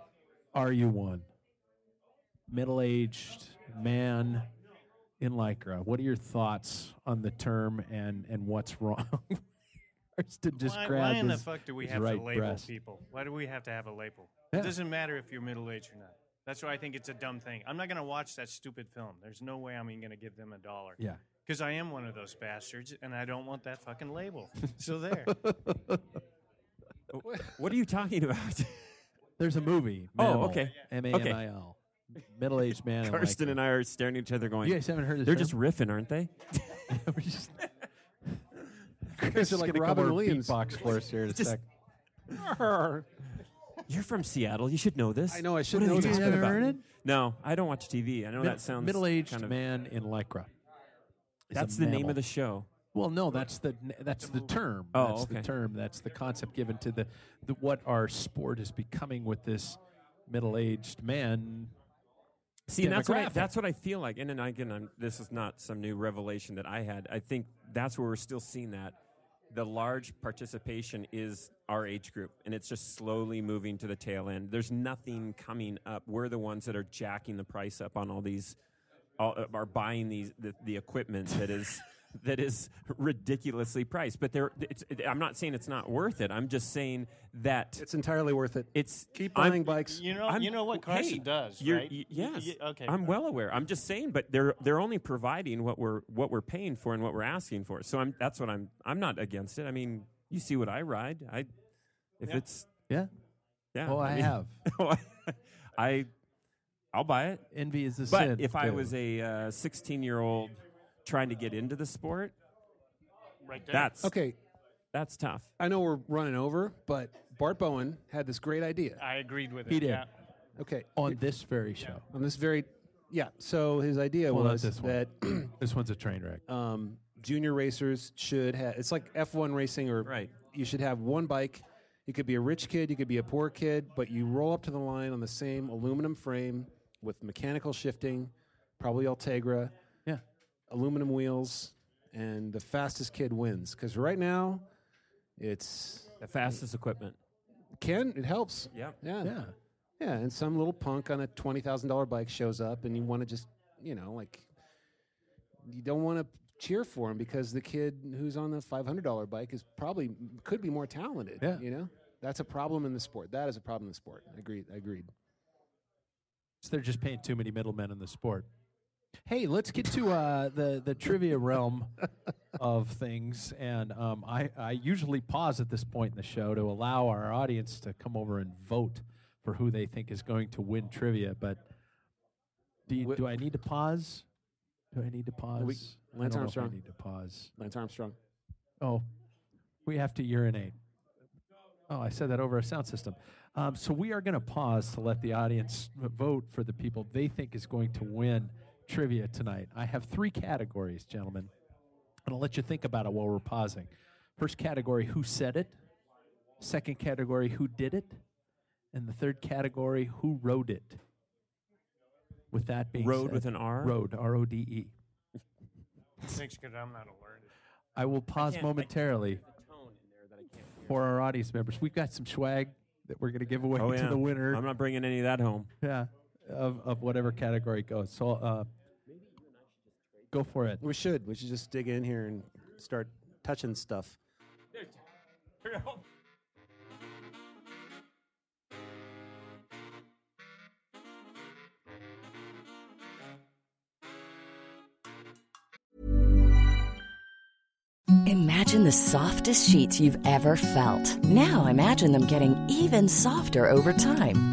Speaker 1: are you one? Middle aged man in lycra. What are your thoughts on the term and, and what's wrong? First to just
Speaker 2: why,
Speaker 1: grab
Speaker 2: why in the
Speaker 1: his-
Speaker 2: fuck do we
Speaker 1: his
Speaker 2: have
Speaker 1: right
Speaker 2: to label
Speaker 1: breast.
Speaker 2: people? Why do we have to have a label?
Speaker 1: Yeah.
Speaker 2: It doesn't matter if you're middle aged or not. That's why I think it's a dumb thing. I'm not going to watch that stupid film. There's no way I'm even going to give them a dollar.
Speaker 1: Yeah.
Speaker 2: Because I am one of those bastards, and I don't want that fucking label. So there.
Speaker 4: What are you talking about?
Speaker 1: There's a movie.
Speaker 4: Oh,
Speaker 1: Mammal,
Speaker 4: okay.
Speaker 1: M A N I L. Middle aged man. in
Speaker 4: Karsten
Speaker 1: Lycra.
Speaker 4: and I are staring at each other going,
Speaker 1: You guys haven't heard this
Speaker 4: They're
Speaker 1: term?
Speaker 4: just riffing, aren't they?
Speaker 1: We're just-
Speaker 3: Guys are
Speaker 1: Just
Speaker 3: like
Speaker 1: gonna
Speaker 3: Robin
Speaker 1: cover
Speaker 3: Williams.
Speaker 1: Beatbox for us here in a
Speaker 4: Just-
Speaker 1: sec.
Speaker 4: You're from Seattle. You should know this.
Speaker 3: I know, I should
Speaker 4: What are
Speaker 3: know
Speaker 4: they
Speaker 3: this.
Speaker 4: talking
Speaker 1: You haven't
Speaker 4: about?
Speaker 1: heard it?
Speaker 4: No, I don't watch TV. I know that sounds
Speaker 1: middle-aged
Speaker 4: kind of-
Speaker 1: man in lycra. is a
Speaker 4: That's the name
Speaker 1: mammal.
Speaker 4: of the show.
Speaker 1: Well, no, that's the that's the term.
Speaker 4: Oh,
Speaker 1: that's the
Speaker 4: okay.
Speaker 1: term. That's the concept given to the, the what our sport is becoming with this middle-aged man
Speaker 4: See, and that's what I,
Speaker 1: demographic.
Speaker 4: that's what I feel like. And then again, I'm, this is not some new revelation that I had. I think that's where we're still seeing that the large participation is our age group, and it's just slowly moving to the tail end. There's nothing coming up. We're the ones that are jacking the price up on all these, all, uh, are buying these the, the equipment that is. That is ridiculously priced, but there. It's, it, I'm not saying it's not worth it. I'm just saying that
Speaker 3: It's entirely worth it.
Speaker 4: it's
Speaker 3: Keep
Speaker 4: I'm-
Speaker 3: buying bikes.
Speaker 2: You know,
Speaker 4: I'm-
Speaker 2: you know what
Speaker 4: hey,
Speaker 2: Carson does,
Speaker 4: you're-
Speaker 2: right?
Speaker 4: y-
Speaker 2: Y- y-
Speaker 4: yes.
Speaker 2: okay.
Speaker 4: I'm well aware. I'm just saying, but they're they're only providing what we're what we're paying for and what we're asking for. So I'm that's what I'm I'm not against it. I mean, you see what I ride. I if
Speaker 2: Yeah.
Speaker 4: it's
Speaker 1: Yeah.
Speaker 4: yeah.
Speaker 1: Oh, I
Speaker 4: mean,
Speaker 1: have.
Speaker 4: I I'll buy it.
Speaker 1: Envy is the
Speaker 4: But
Speaker 1: sin.
Speaker 4: if I
Speaker 1: Caleb.
Speaker 4: was a 16 year old trying to get into the sport,
Speaker 2: right there.
Speaker 4: that's
Speaker 3: Okay,
Speaker 4: That's tough.
Speaker 3: I know we're running over, but Bart Bowen had this great idea.
Speaker 2: I agreed with
Speaker 1: He
Speaker 2: it.
Speaker 1: did.
Speaker 2: Yeah.
Speaker 3: Okay,
Speaker 1: on this very show,
Speaker 3: on this very, yeah. So his idea
Speaker 1: Well, not
Speaker 3: was
Speaker 1: this one.
Speaker 3: that
Speaker 1: this one's a train wreck.
Speaker 4: Uh,
Speaker 3: um, junior racers should have. It's like F1 racing, or
Speaker 4: Right.
Speaker 3: you should have one bike. You could be a rich kid, you could be a poor kid, but you roll up to the line on the same aluminum frame with mechanical shifting, probably Altegra,
Speaker 1: Yeah.
Speaker 3: aluminum wheels, and the fastest kid wins. Because right now, it's
Speaker 4: The fastest equipment.
Speaker 3: can it helps.
Speaker 4: Yeah.
Speaker 3: Yeah.
Speaker 1: Yeah.
Speaker 3: Yeah, and some little punk on a twenty thousand dollar bike shows up, and you want to just, you know, like, you don't want to cheer for him because the kid who's on the five hundred dollar bike is probably could be more talented.
Speaker 1: Yeah.
Speaker 3: you know, that's a problem in the sport. That is a problem in the sport. Agreed. Agreed.
Speaker 1: So they're just paying too many middlemen in the sport. Hey, let's get to uh, the the trivia realm of things, and um, I I usually pause at this point in the show to allow our audience to come over and vote for who they think is going to win trivia. But do you,
Speaker 3: Wh-
Speaker 1: do I need to pause? Do I need to pause?
Speaker 3: We-
Speaker 1: I
Speaker 3: Lance
Speaker 1: don't know if I
Speaker 3: Armstrong.
Speaker 1: need to pause.
Speaker 3: Lance Armstrong.
Speaker 1: Oh, we have to urinate. Oh, I said that over a sound system. Um, so we are going to pause to let the audience v- vote for the people they think is going to win trivia tonight. I have three categories, gentlemen, and I'll let you think about it while we're pausing. First category, who said it? Second category, who did it? And the third category, who wrote it? With that being
Speaker 4: Road
Speaker 1: said,
Speaker 4: with an R?
Speaker 1: Road, R O D E.
Speaker 2: Thanks, because I'm not alerted.
Speaker 1: I will pause momentarily for our audience members. We've got some swag that we're going to give away
Speaker 4: Oh,
Speaker 1: to
Speaker 4: yeah.
Speaker 1: the winner.
Speaker 4: I'm not bringing any of that home.
Speaker 1: yeah, of, of whatever category it goes. So uh, go for it.
Speaker 3: We should. We should just dig in here and start touching stuff.
Speaker 5: Imagine the softest sheets you've ever felt. Now imagine them getting even softer over time.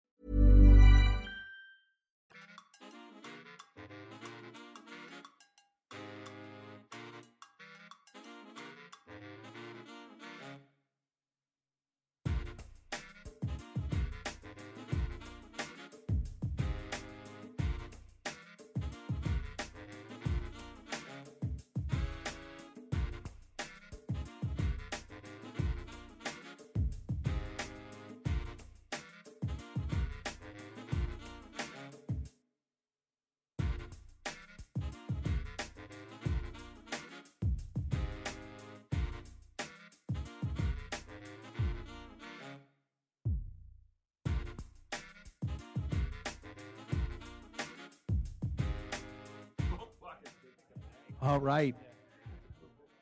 Speaker 1: All right.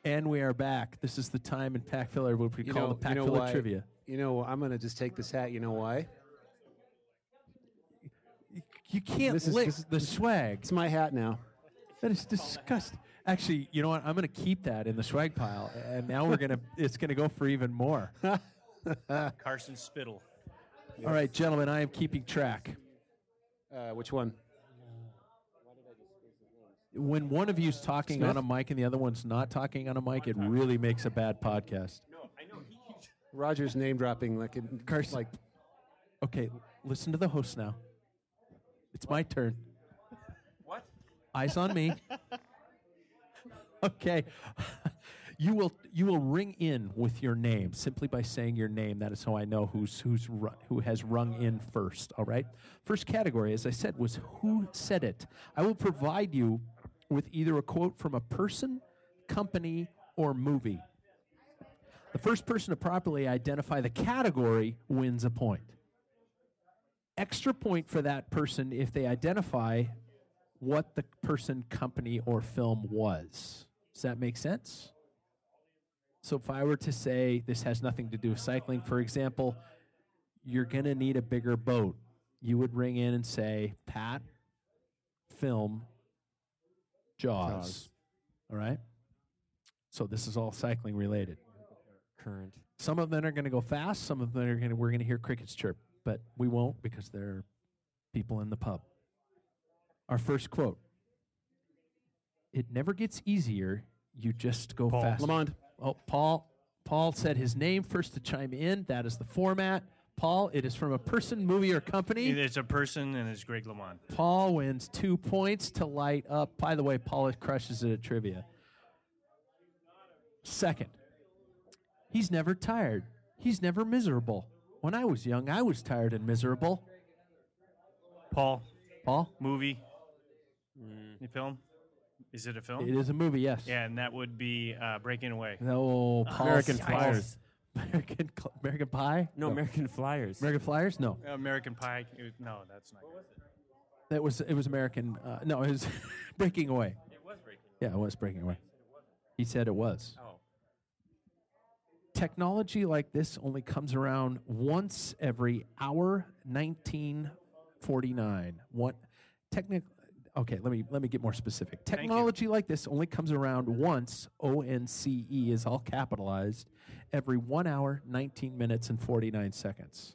Speaker 1: And we are back. This is the time in Pack Filler what we
Speaker 3: You
Speaker 1: call
Speaker 3: know-
Speaker 1: the Pack
Speaker 3: you know
Speaker 1: Filler
Speaker 3: why-
Speaker 1: Trivia.
Speaker 3: You know, I'm going to just take this hat. You know why?
Speaker 1: You can't
Speaker 3: This is-
Speaker 1: lick
Speaker 3: this is-
Speaker 1: the swag.
Speaker 3: It's my hat now.
Speaker 1: That is disgusting. Actually, you know what? I'm going to keep that in the swag pile, and now we're going to. It's going to go for even more.
Speaker 2: Carson Spittle.
Speaker 1: All right, gentlemen, I am keeping track.
Speaker 3: Uh, which one?
Speaker 1: When one of you's talking
Speaker 3: Smith?
Speaker 1: on a mic and the other one's not talking on a mic, it really makes a bad podcast.
Speaker 3: Roger's name dropping like in,
Speaker 1: Carson.
Speaker 3: Like
Speaker 1: Okay, listen to the host now. It's my turn. What? Eyes on me. okay. you will you will ring in with your name simply by saying your name. That is how I know who's who's ru- who has rung in first, all right? First category as I said was who said it. I will provide you with either a quote from a person, company, or movie. The first person to properly identify the category wins a point. Extra point for that person if they identify what the person, company, or film was. Does that make sense? So if I were to say this has nothing to do with cycling, for example, you're going to need a bigger boat. You would ring in and say, Pat, film, Jaws.
Speaker 3: Jaws.
Speaker 1: All right? So this is all cycling related.
Speaker 4: Current.
Speaker 1: Some of them are going to go fast. Some of them are going to, we're going to hear crickets chirp, but we won't because there are people in the pub. Our first quote It never gets easier. You just go
Speaker 3: Paul
Speaker 1: fast.
Speaker 3: Lamond.
Speaker 1: Oh, Paul. Paul said his name first to chime in. That is the format. Paul, it is from a person, movie, or company.
Speaker 2: It's a person and it's Greg LeMond.
Speaker 1: Paul wins two points to light up. By the way, Paul crushes it at trivia. Second, he's never tired. He's never miserable. When I was young, I was tired and miserable.
Speaker 2: Paul,
Speaker 1: Paul,
Speaker 2: movie. The film? Is it a film?
Speaker 1: it is a movie, yes.
Speaker 2: Yeah, and that would be uh, Breaking Away.
Speaker 1: No, Paul.
Speaker 4: American
Speaker 1: Paul's-
Speaker 4: Flyers.
Speaker 1: American, Cl- American Pie?
Speaker 4: No, American Flyers.
Speaker 1: American Flyers? No.
Speaker 2: Uh, American Pie. it- No, that's not. good.
Speaker 1: That was it was American. Uh, no, it was Breaking Away. It was Breaking. Away. Yeah, it was Breaking Away. He said it was. Oh. Technology like this only comes around once every hour. Nineteen forty-nine. What? Technic. Okay, let me let me get more specific.
Speaker 2: you.
Speaker 1: Technology like this only comes around once. O N C E is all capitalized. Every one hour, nineteen minutes, and forty-nine seconds.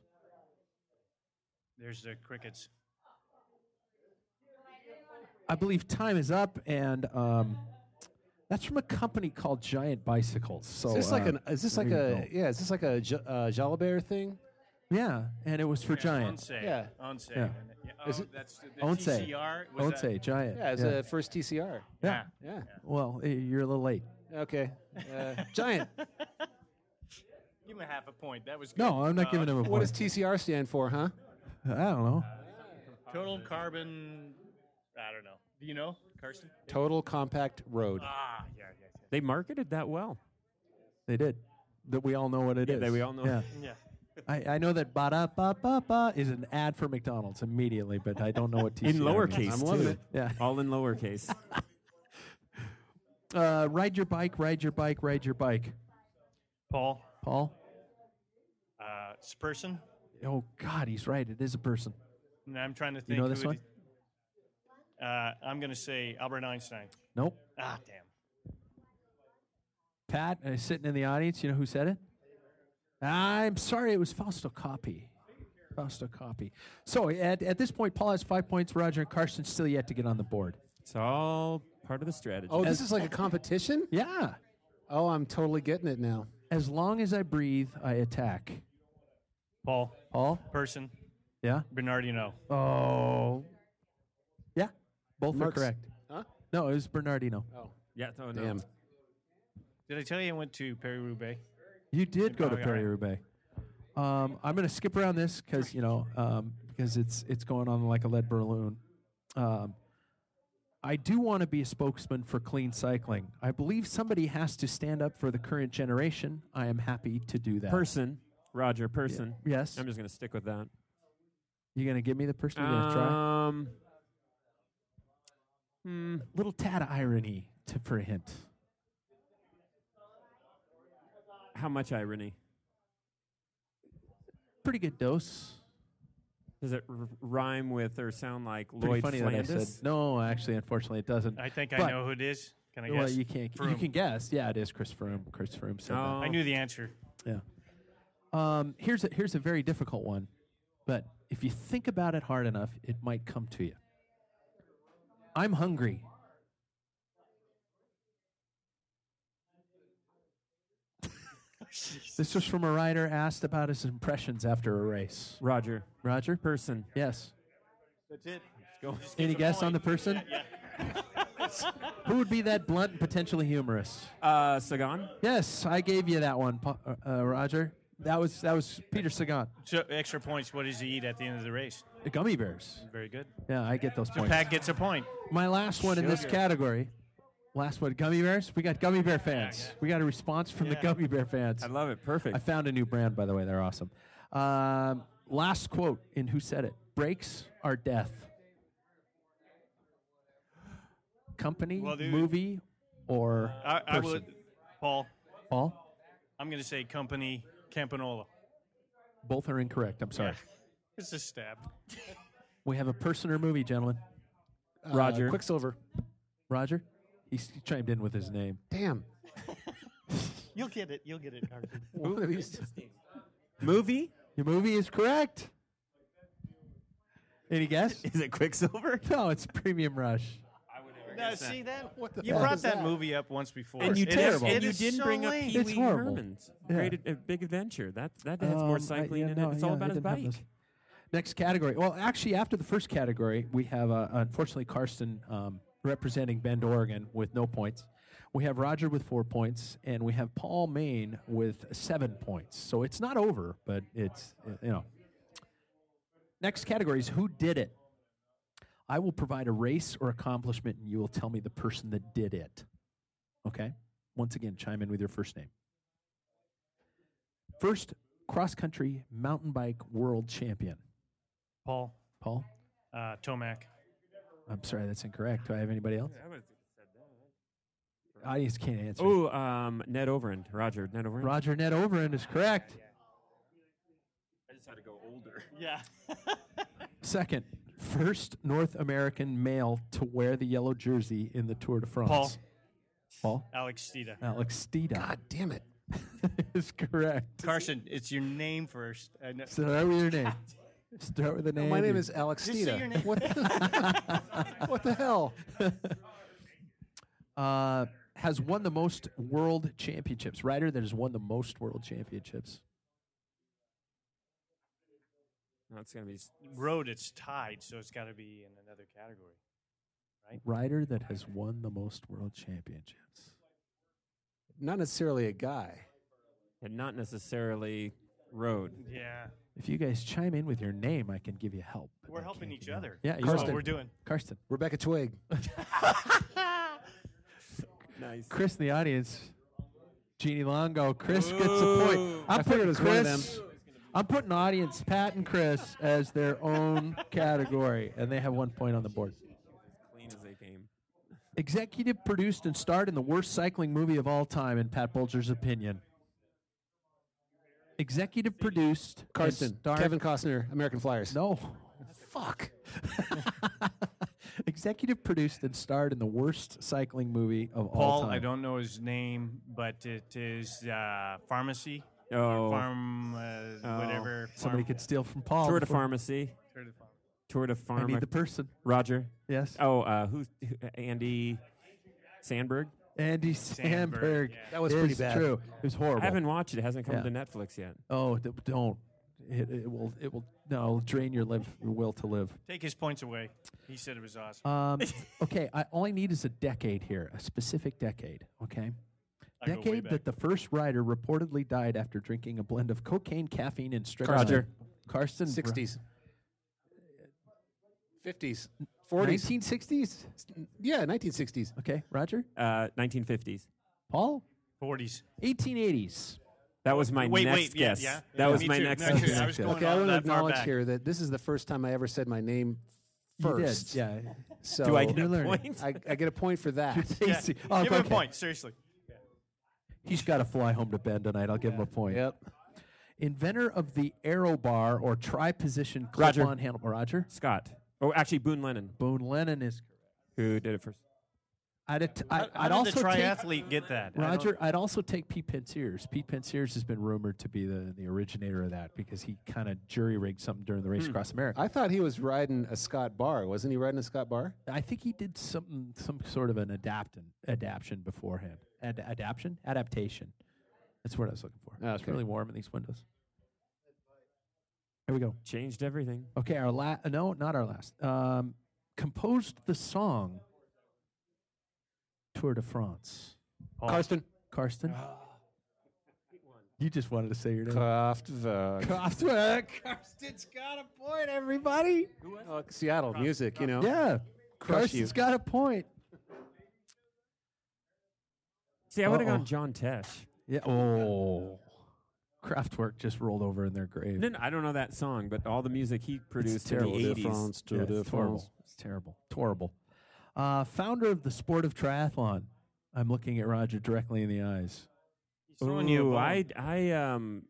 Speaker 2: There's the crickets.
Speaker 1: I believe time is up, and um, that's from a company called Giant Bicycles. So
Speaker 3: is this like
Speaker 1: uh,
Speaker 3: an? Is this like
Speaker 1: there you
Speaker 3: a?
Speaker 1: go.
Speaker 3: Yeah. Is this like a J- uh, Jalabert thing?
Speaker 1: yeah? And it was for Giant.
Speaker 2: Onse.
Speaker 3: Yeah.
Speaker 2: Onse.
Speaker 1: Yeah.
Speaker 2: and- yeah, Oh,
Speaker 3: Is it-
Speaker 2: that's the, the
Speaker 1: Onse.
Speaker 2: TCR. Was that-
Speaker 1: Onse Giant.
Speaker 3: Yeah. It's
Speaker 1: yeah.
Speaker 3: a first TCR.
Speaker 1: Yeah.
Speaker 3: Yeah.
Speaker 1: Well, eh, you're a little late.
Speaker 3: Okay. Uh, giant.
Speaker 2: Give him a half a point. That was good. Uh,
Speaker 1: No, I'm not giving him a
Speaker 3: What
Speaker 1: point.
Speaker 3: does TCR stand for, huh?
Speaker 1: I don't know.
Speaker 2: Total carbon. I don't know. Do you know, Carson?
Speaker 3: Total compact road.
Speaker 2: Ah, yeah, yeah, yeah.
Speaker 4: They marketed that well.
Speaker 1: They did. That we all know what it is.
Speaker 4: Yeah, that we all know.
Speaker 1: Yeah.
Speaker 2: Yeah.
Speaker 1: I, I know that ba da ba ba ba is an ad for McDonald's immediately, but I don't know what TCR
Speaker 4: In lowercase.
Speaker 1: means.
Speaker 3: I'm loving
Speaker 4: too.
Speaker 3: it.
Speaker 1: Yeah.
Speaker 4: All in lowercase.
Speaker 1: Uh, ride your bike, ride your bike, ride your bike.
Speaker 2: Paul,
Speaker 1: Paul.
Speaker 2: uh, it's a person.
Speaker 1: Oh God, he's right. It is a person.
Speaker 2: And I'm trying to think.
Speaker 1: You know
Speaker 2: who
Speaker 1: this
Speaker 2: it
Speaker 1: one?
Speaker 2: is. Uh, I'm going to say Albert Einstein.
Speaker 1: Nope.
Speaker 2: Ah, damn.
Speaker 1: Pat uh, sitting in the audience. You know who said it? I'm sorry, it was Fausto Copy. Fausto Copy. So at, at this point, Paul has five points. Roger and Carson still yet to get on the board.
Speaker 4: It's all part of the strategy.
Speaker 3: Oh, this is like a competition.
Speaker 1: Yeah.
Speaker 3: Oh, I'm totally getting it now.
Speaker 1: As long as I breathe, I attack.
Speaker 2: Paul,
Speaker 1: Paul?
Speaker 2: person,
Speaker 1: Yeah.
Speaker 2: Bernardino.
Speaker 1: Oh. Yeah. Both
Speaker 3: Merck's.
Speaker 1: are correct.
Speaker 3: Huh?
Speaker 1: No, it was Bernardino.
Speaker 3: Oh,
Speaker 4: yeah. Oh, no.
Speaker 3: damn.
Speaker 2: Did I tell you I went to Perry Roubaix?
Speaker 1: You did go to
Speaker 2: Okay,
Speaker 1: Perry
Speaker 2: all
Speaker 1: Roubaix. Um, I'm going to skip around this because you know um, because it's it's going on like a lead balloon. Um, I do want to be a spokesman for clean cycling. I believe somebody has to stand up for the current generation. I am happy to do that.
Speaker 4: Person. Roger, person.
Speaker 1: Yes.
Speaker 4: I'm just going to stick with that.
Speaker 1: You're going to give me the person you're going to try.
Speaker 4: Um,
Speaker 1: Mm, little tad of irony to, for a hint.
Speaker 4: How much irony?
Speaker 1: Pretty good dose.
Speaker 4: Does it r- rhyme with or sound like
Speaker 1: Pretty
Speaker 4: Lloyd
Speaker 1: funny
Speaker 4: Flanders?
Speaker 1: that I said no. Actually, unfortunately, it doesn't.
Speaker 2: I think
Speaker 1: But-
Speaker 2: I know who it is. Can I guess?
Speaker 1: Well, you can't. You
Speaker 2: Vroom.
Speaker 1: can guess. Yeah, it is Chris Froome. Chris Froome said
Speaker 4: Oh.
Speaker 2: I knew the answer.
Speaker 1: that. Yeah. Um, here's a, here's a very difficult one, but if you think about it hard enough, it might come to you. I'm hungry. This was from a writer asked about his impressions after a race.
Speaker 4: Roger.
Speaker 1: Roger?
Speaker 4: Person.
Speaker 1: Yes.
Speaker 2: That's it.
Speaker 1: Any guess on the person? Who would be that blunt and potentially humorous?
Speaker 4: Uh, Sagan?
Speaker 1: Yes, I gave you that one, Pa- uh, uh, Roger. That was that was Peter Sagan.
Speaker 2: So extra points. What does he eat at the end of the race?
Speaker 1: The gummy bears.
Speaker 2: Very good.
Speaker 1: Yeah, I get those
Speaker 2: So
Speaker 1: points.
Speaker 2: Pat gets a point.
Speaker 1: My last one in this
Speaker 2: Sugar.
Speaker 1: category. Last one, gummy bears. We got gummy bear fans. We got a response from the gummy bear fans.
Speaker 4: I love it. Perfect.
Speaker 1: I found a new brand, by the way. They're awesome. Um, last quote in Who Said It Breaks are death. Company,
Speaker 2: Well, dude.
Speaker 1: movie, or
Speaker 2: I, I
Speaker 1: person?
Speaker 2: would, Paul.
Speaker 1: All?
Speaker 2: I'm going to say company Campanola.
Speaker 1: Both are incorrect. I'm sorry.
Speaker 2: It's a stab.
Speaker 1: We have a person or movie, gentlemen.
Speaker 3: Uh,
Speaker 4: Roger.
Speaker 3: Quicksilver.
Speaker 1: Roger? He s- chimed in with his name.
Speaker 3: Damn.
Speaker 2: You'll get it. You'll get it.
Speaker 3: One of these.
Speaker 4: Movie?
Speaker 1: Your movie is correct. Any guess?
Speaker 4: Is it Quicksilver?
Speaker 1: no, it's Premium Rush.
Speaker 2: no, see that
Speaker 3: What the
Speaker 2: you
Speaker 3: fuck
Speaker 2: brought
Speaker 3: is
Speaker 2: that,
Speaker 3: that?
Speaker 2: movie up once before.
Speaker 4: And you,
Speaker 2: It is-
Speaker 4: terrible.
Speaker 2: it
Speaker 4: and you
Speaker 2: is
Speaker 4: didn't
Speaker 2: so
Speaker 4: bring
Speaker 2: lame.
Speaker 4: up
Speaker 1: It's
Speaker 4: Pee Wee
Speaker 1: horrible.
Speaker 4: Herman's
Speaker 1: Yeah.
Speaker 4: Great A- Big Adventure. That that has
Speaker 1: Um, I-
Speaker 4: more cycling
Speaker 1: yeah,
Speaker 4: in
Speaker 1: no,
Speaker 4: it. It's all
Speaker 1: yeah,
Speaker 4: about
Speaker 1: I
Speaker 4: his
Speaker 1: didn't have
Speaker 4: bike.
Speaker 1: those. Next category. Well, actually, after the first category, we have uh, unfortunately Karsten um, representing Bend, Oregon, with no points. We have Roger with four points, and we have Paul Maine with seven points. So it's not over, but it's uh, you know. Next category is who did it. I will provide a race or accomplishment, and you will tell me the person that did it. Okay. Once again, chime in with your first name. First cross country mountain bike world champion.
Speaker 2: Paul
Speaker 1: Paul,
Speaker 2: uh, Tomac.
Speaker 1: I'm sorry, that's incorrect. Do I have anybody else? Audience can't answer.
Speaker 4: Oh, um, Ned Overend. Roger. Ned Overend.
Speaker 1: Roger Ned Overend is correct.
Speaker 4: I just had to go older.
Speaker 2: Yeah.
Speaker 1: Second, first North American male to wear the yellow jersey in the Tour de France.
Speaker 2: Paul.
Speaker 1: Paul?
Speaker 2: Alex Stida.
Speaker 1: Alex Steeda
Speaker 3: God damn it.
Speaker 1: is correct.
Speaker 2: Carson, it's your name first. I know.
Speaker 1: Start with your name. Start with the name.
Speaker 3: My name
Speaker 1: you-
Speaker 3: is Alex
Speaker 2: Just say your name.
Speaker 3: Steeda. What, the- what the hell?
Speaker 1: uh, has won the most world championships. Rider that has won the most world championships.
Speaker 4: That's gonna be. s-
Speaker 2: Road, it's tied, so it's got to be in another category.
Speaker 1: Rider that has won the most world championships.
Speaker 3: Not necessarily a guy.
Speaker 4: And not necessarily road.
Speaker 2: Yeah.
Speaker 1: If you guys chime in with your name, I can give you help. but
Speaker 2: We're
Speaker 1: I
Speaker 2: helping
Speaker 1: can't
Speaker 2: each
Speaker 1: give you help.
Speaker 2: other.
Speaker 1: Yeah,
Speaker 2: That's
Speaker 1: you
Speaker 2: what
Speaker 1: are.
Speaker 2: we're doing.
Speaker 1: Karsten,
Speaker 3: Rebecca Twig.
Speaker 4: Nice.
Speaker 1: Chris in the audience, Jeannie Longo. Chris gets a point. I'm
Speaker 3: I figured
Speaker 1: putting
Speaker 3: it was one of
Speaker 1: Chris. I'm putting audience Pat and Chris as their own category, and they have one point on the board.
Speaker 4: Clean as they came.
Speaker 1: Executive produced and starred in the worst cycling movie of all time, in Pat Bulger's opinion. Executive produced. and
Speaker 3: Carson.
Speaker 1: starred-
Speaker 3: Kevin Costner. American Flyers.
Speaker 1: No.
Speaker 3: Fuck.
Speaker 1: Executive produced and starred in the worst cycling movie of all
Speaker 2: Paul,
Speaker 1: time.
Speaker 2: I don't know his name, but it is uh, pharmacy.
Speaker 4: Oh.
Speaker 2: Farm, uh,
Speaker 4: Oh.
Speaker 2: whatever.
Speaker 1: Somebody
Speaker 2: farm-
Speaker 1: could steal from Paul.
Speaker 4: Tour de
Speaker 1: before-
Speaker 4: pharmacy.
Speaker 2: Tour de farm.
Speaker 4: Tour de
Speaker 1: Oh, I
Speaker 4: pharma.
Speaker 1: need the person.
Speaker 4: Roger.
Speaker 1: Yes.
Speaker 4: Oh, uh, who's who, Andy Sandberg?
Speaker 1: Andy Sandberg.
Speaker 2: yeah.
Speaker 3: That was pretty
Speaker 1: is
Speaker 3: bad.
Speaker 1: True. It was horrible.
Speaker 4: I haven't watched it. It hasn't come
Speaker 1: Yeah.
Speaker 4: to Netflix yet.
Speaker 1: Oh, d- don't. It, it will. It will. No, it'll drain your live. Your will to live.
Speaker 2: Take his points away. He said it was awesome.
Speaker 1: Um, okay. I, all I need is a decade here, a specific decade. Okay.
Speaker 2: I go way
Speaker 1: Decade
Speaker 2: back.
Speaker 1: that the first rider reportedly died after drinking a blend of cocaine, caffeine, and strepsils.
Speaker 4: Roger.
Speaker 1: Karsten.
Speaker 3: 60s. 50s. 40s.
Speaker 1: 1960s.
Speaker 3: Yeah, 1960s.
Speaker 1: Okay. Roger.
Speaker 4: Uh, 1950s.
Speaker 1: Paul.
Speaker 2: 40s.
Speaker 1: 1880s.
Speaker 4: That was my
Speaker 2: Uh, Wait,
Speaker 4: next
Speaker 2: wait, yeah,
Speaker 4: guess.
Speaker 2: yeah.
Speaker 4: That
Speaker 2: Yeah,
Speaker 4: was
Speaker 2: me
Speaker 4: my
Speaker 2: too.
Speaker 4: next
Speaker 2: Me too.
Speaker 4: guess.
Speaker 2: I was going
Speaker 3: Okay,
Speaker 2: all
Speaker 3: I want to
Speaker 2: that far
Speaker 3: acknowledge
Speaker 2: back.
Speaker 3: here that this is the first time I ever said my name
Speaker 1: You did,
Speaker 3: first.
Speaker 1: yeah.
Speaker 3: So
Speaker 4: Do I get a
Speaker 1: You're learning.
Speaker 4: point?
Speaker 3: I, I get a point for that.
Speaker 2: Yeah.
Speaker 1: Tasty.
Speaker 2: Give
Speaker 1: Oh,
Speaker 2: him a
Speaker 1: okay.
Speaker 2: point, seriously.
Speaker 1: He's got to fly home to Ben tonight. I'll give him a point.
Speaker 3: yep.
Speaker 1: Inventor of the arrow bar or tri-position
Speaker 4: Roger.
Speaker 1: clip-on handle. Roger.
Speaker 4: Scott. Oh, actually, Boone Lennon.
Speaker 1: Boone Lennon is.
Speaker 4: Who did it first?
Speaker 1: I'd, at- I,
Speaker 2: How,
Speaker 1: would
Speaker 2: how
Speaker 1: I'd
Speaker 2: did
Speaker 1: also
Speaker 2: the
Speaker 1: take,
Speaker 2: triathlete get that? I don't-
Speaker 1: Roger. I'd also take Pete Pensiers. Pete Pensiers has been rumored to be the, the originator of that because he kind of jury rigged something during the race across America.
Speaker 3: I thought he was riding a Scott Bar. Wasn't he riding a Scott Bar?
Speaker 1: I think he did something, some sort of an adaptin, adaption beforehand. Ad, adaption, adaptation. That's what I was looking for. It's
Speaker 3: Okay.
Speaker 1: really warm in these windows. Here we go.
Speaker 4: Changed everything.
Speaker 1: Okay, our last. No, not our last. Um, composed the song "Tour de France."
Speaker 4: Oh.
Speaker 2: Paul.
Speaker 3: Karsten.
Speaker 1: Karsten,
Speaker 4: Ah.
Speaker 1: you just wanted to say your name.
Speaker 3: Kraftwerk.
Speaker 1: Kraftwerk.
Speaker 3: Karsten's got a point, everybody. Oh, Seattle music, you know.
Speaker 1: Yeah,
Speaker 3: Crush
Speaker 1: Karsten's
Speaker 3: you.
Speaker 1: got a point.
Speaker 4: See, I would have
Speaker 1: Uh-oh.
Speaker 4: gone John Tesh.
Speaker 1: Yeah. Oh, Kraftwerk just rolled over in their grave.
Speaker 4: Then I don't know that song, but all the music he produced in the
Speaker 1: terrible.
Speaker 4: 80s.
Speaker 3: France, Tour
Speaker 1: Yeah,
Speaker 3: de
Speaker 1: it's terrible.
Speaker 3: France.
Speaker 1: It's terrible. It's horrible. Uh, founder of the sport of triathlon. I'm looking at Roger directly in the eyes.
Speaker 2: He's throwing you a
Speaker 4: Ooh,
Speaker 2: bone.
Speaker 4: I, I, um,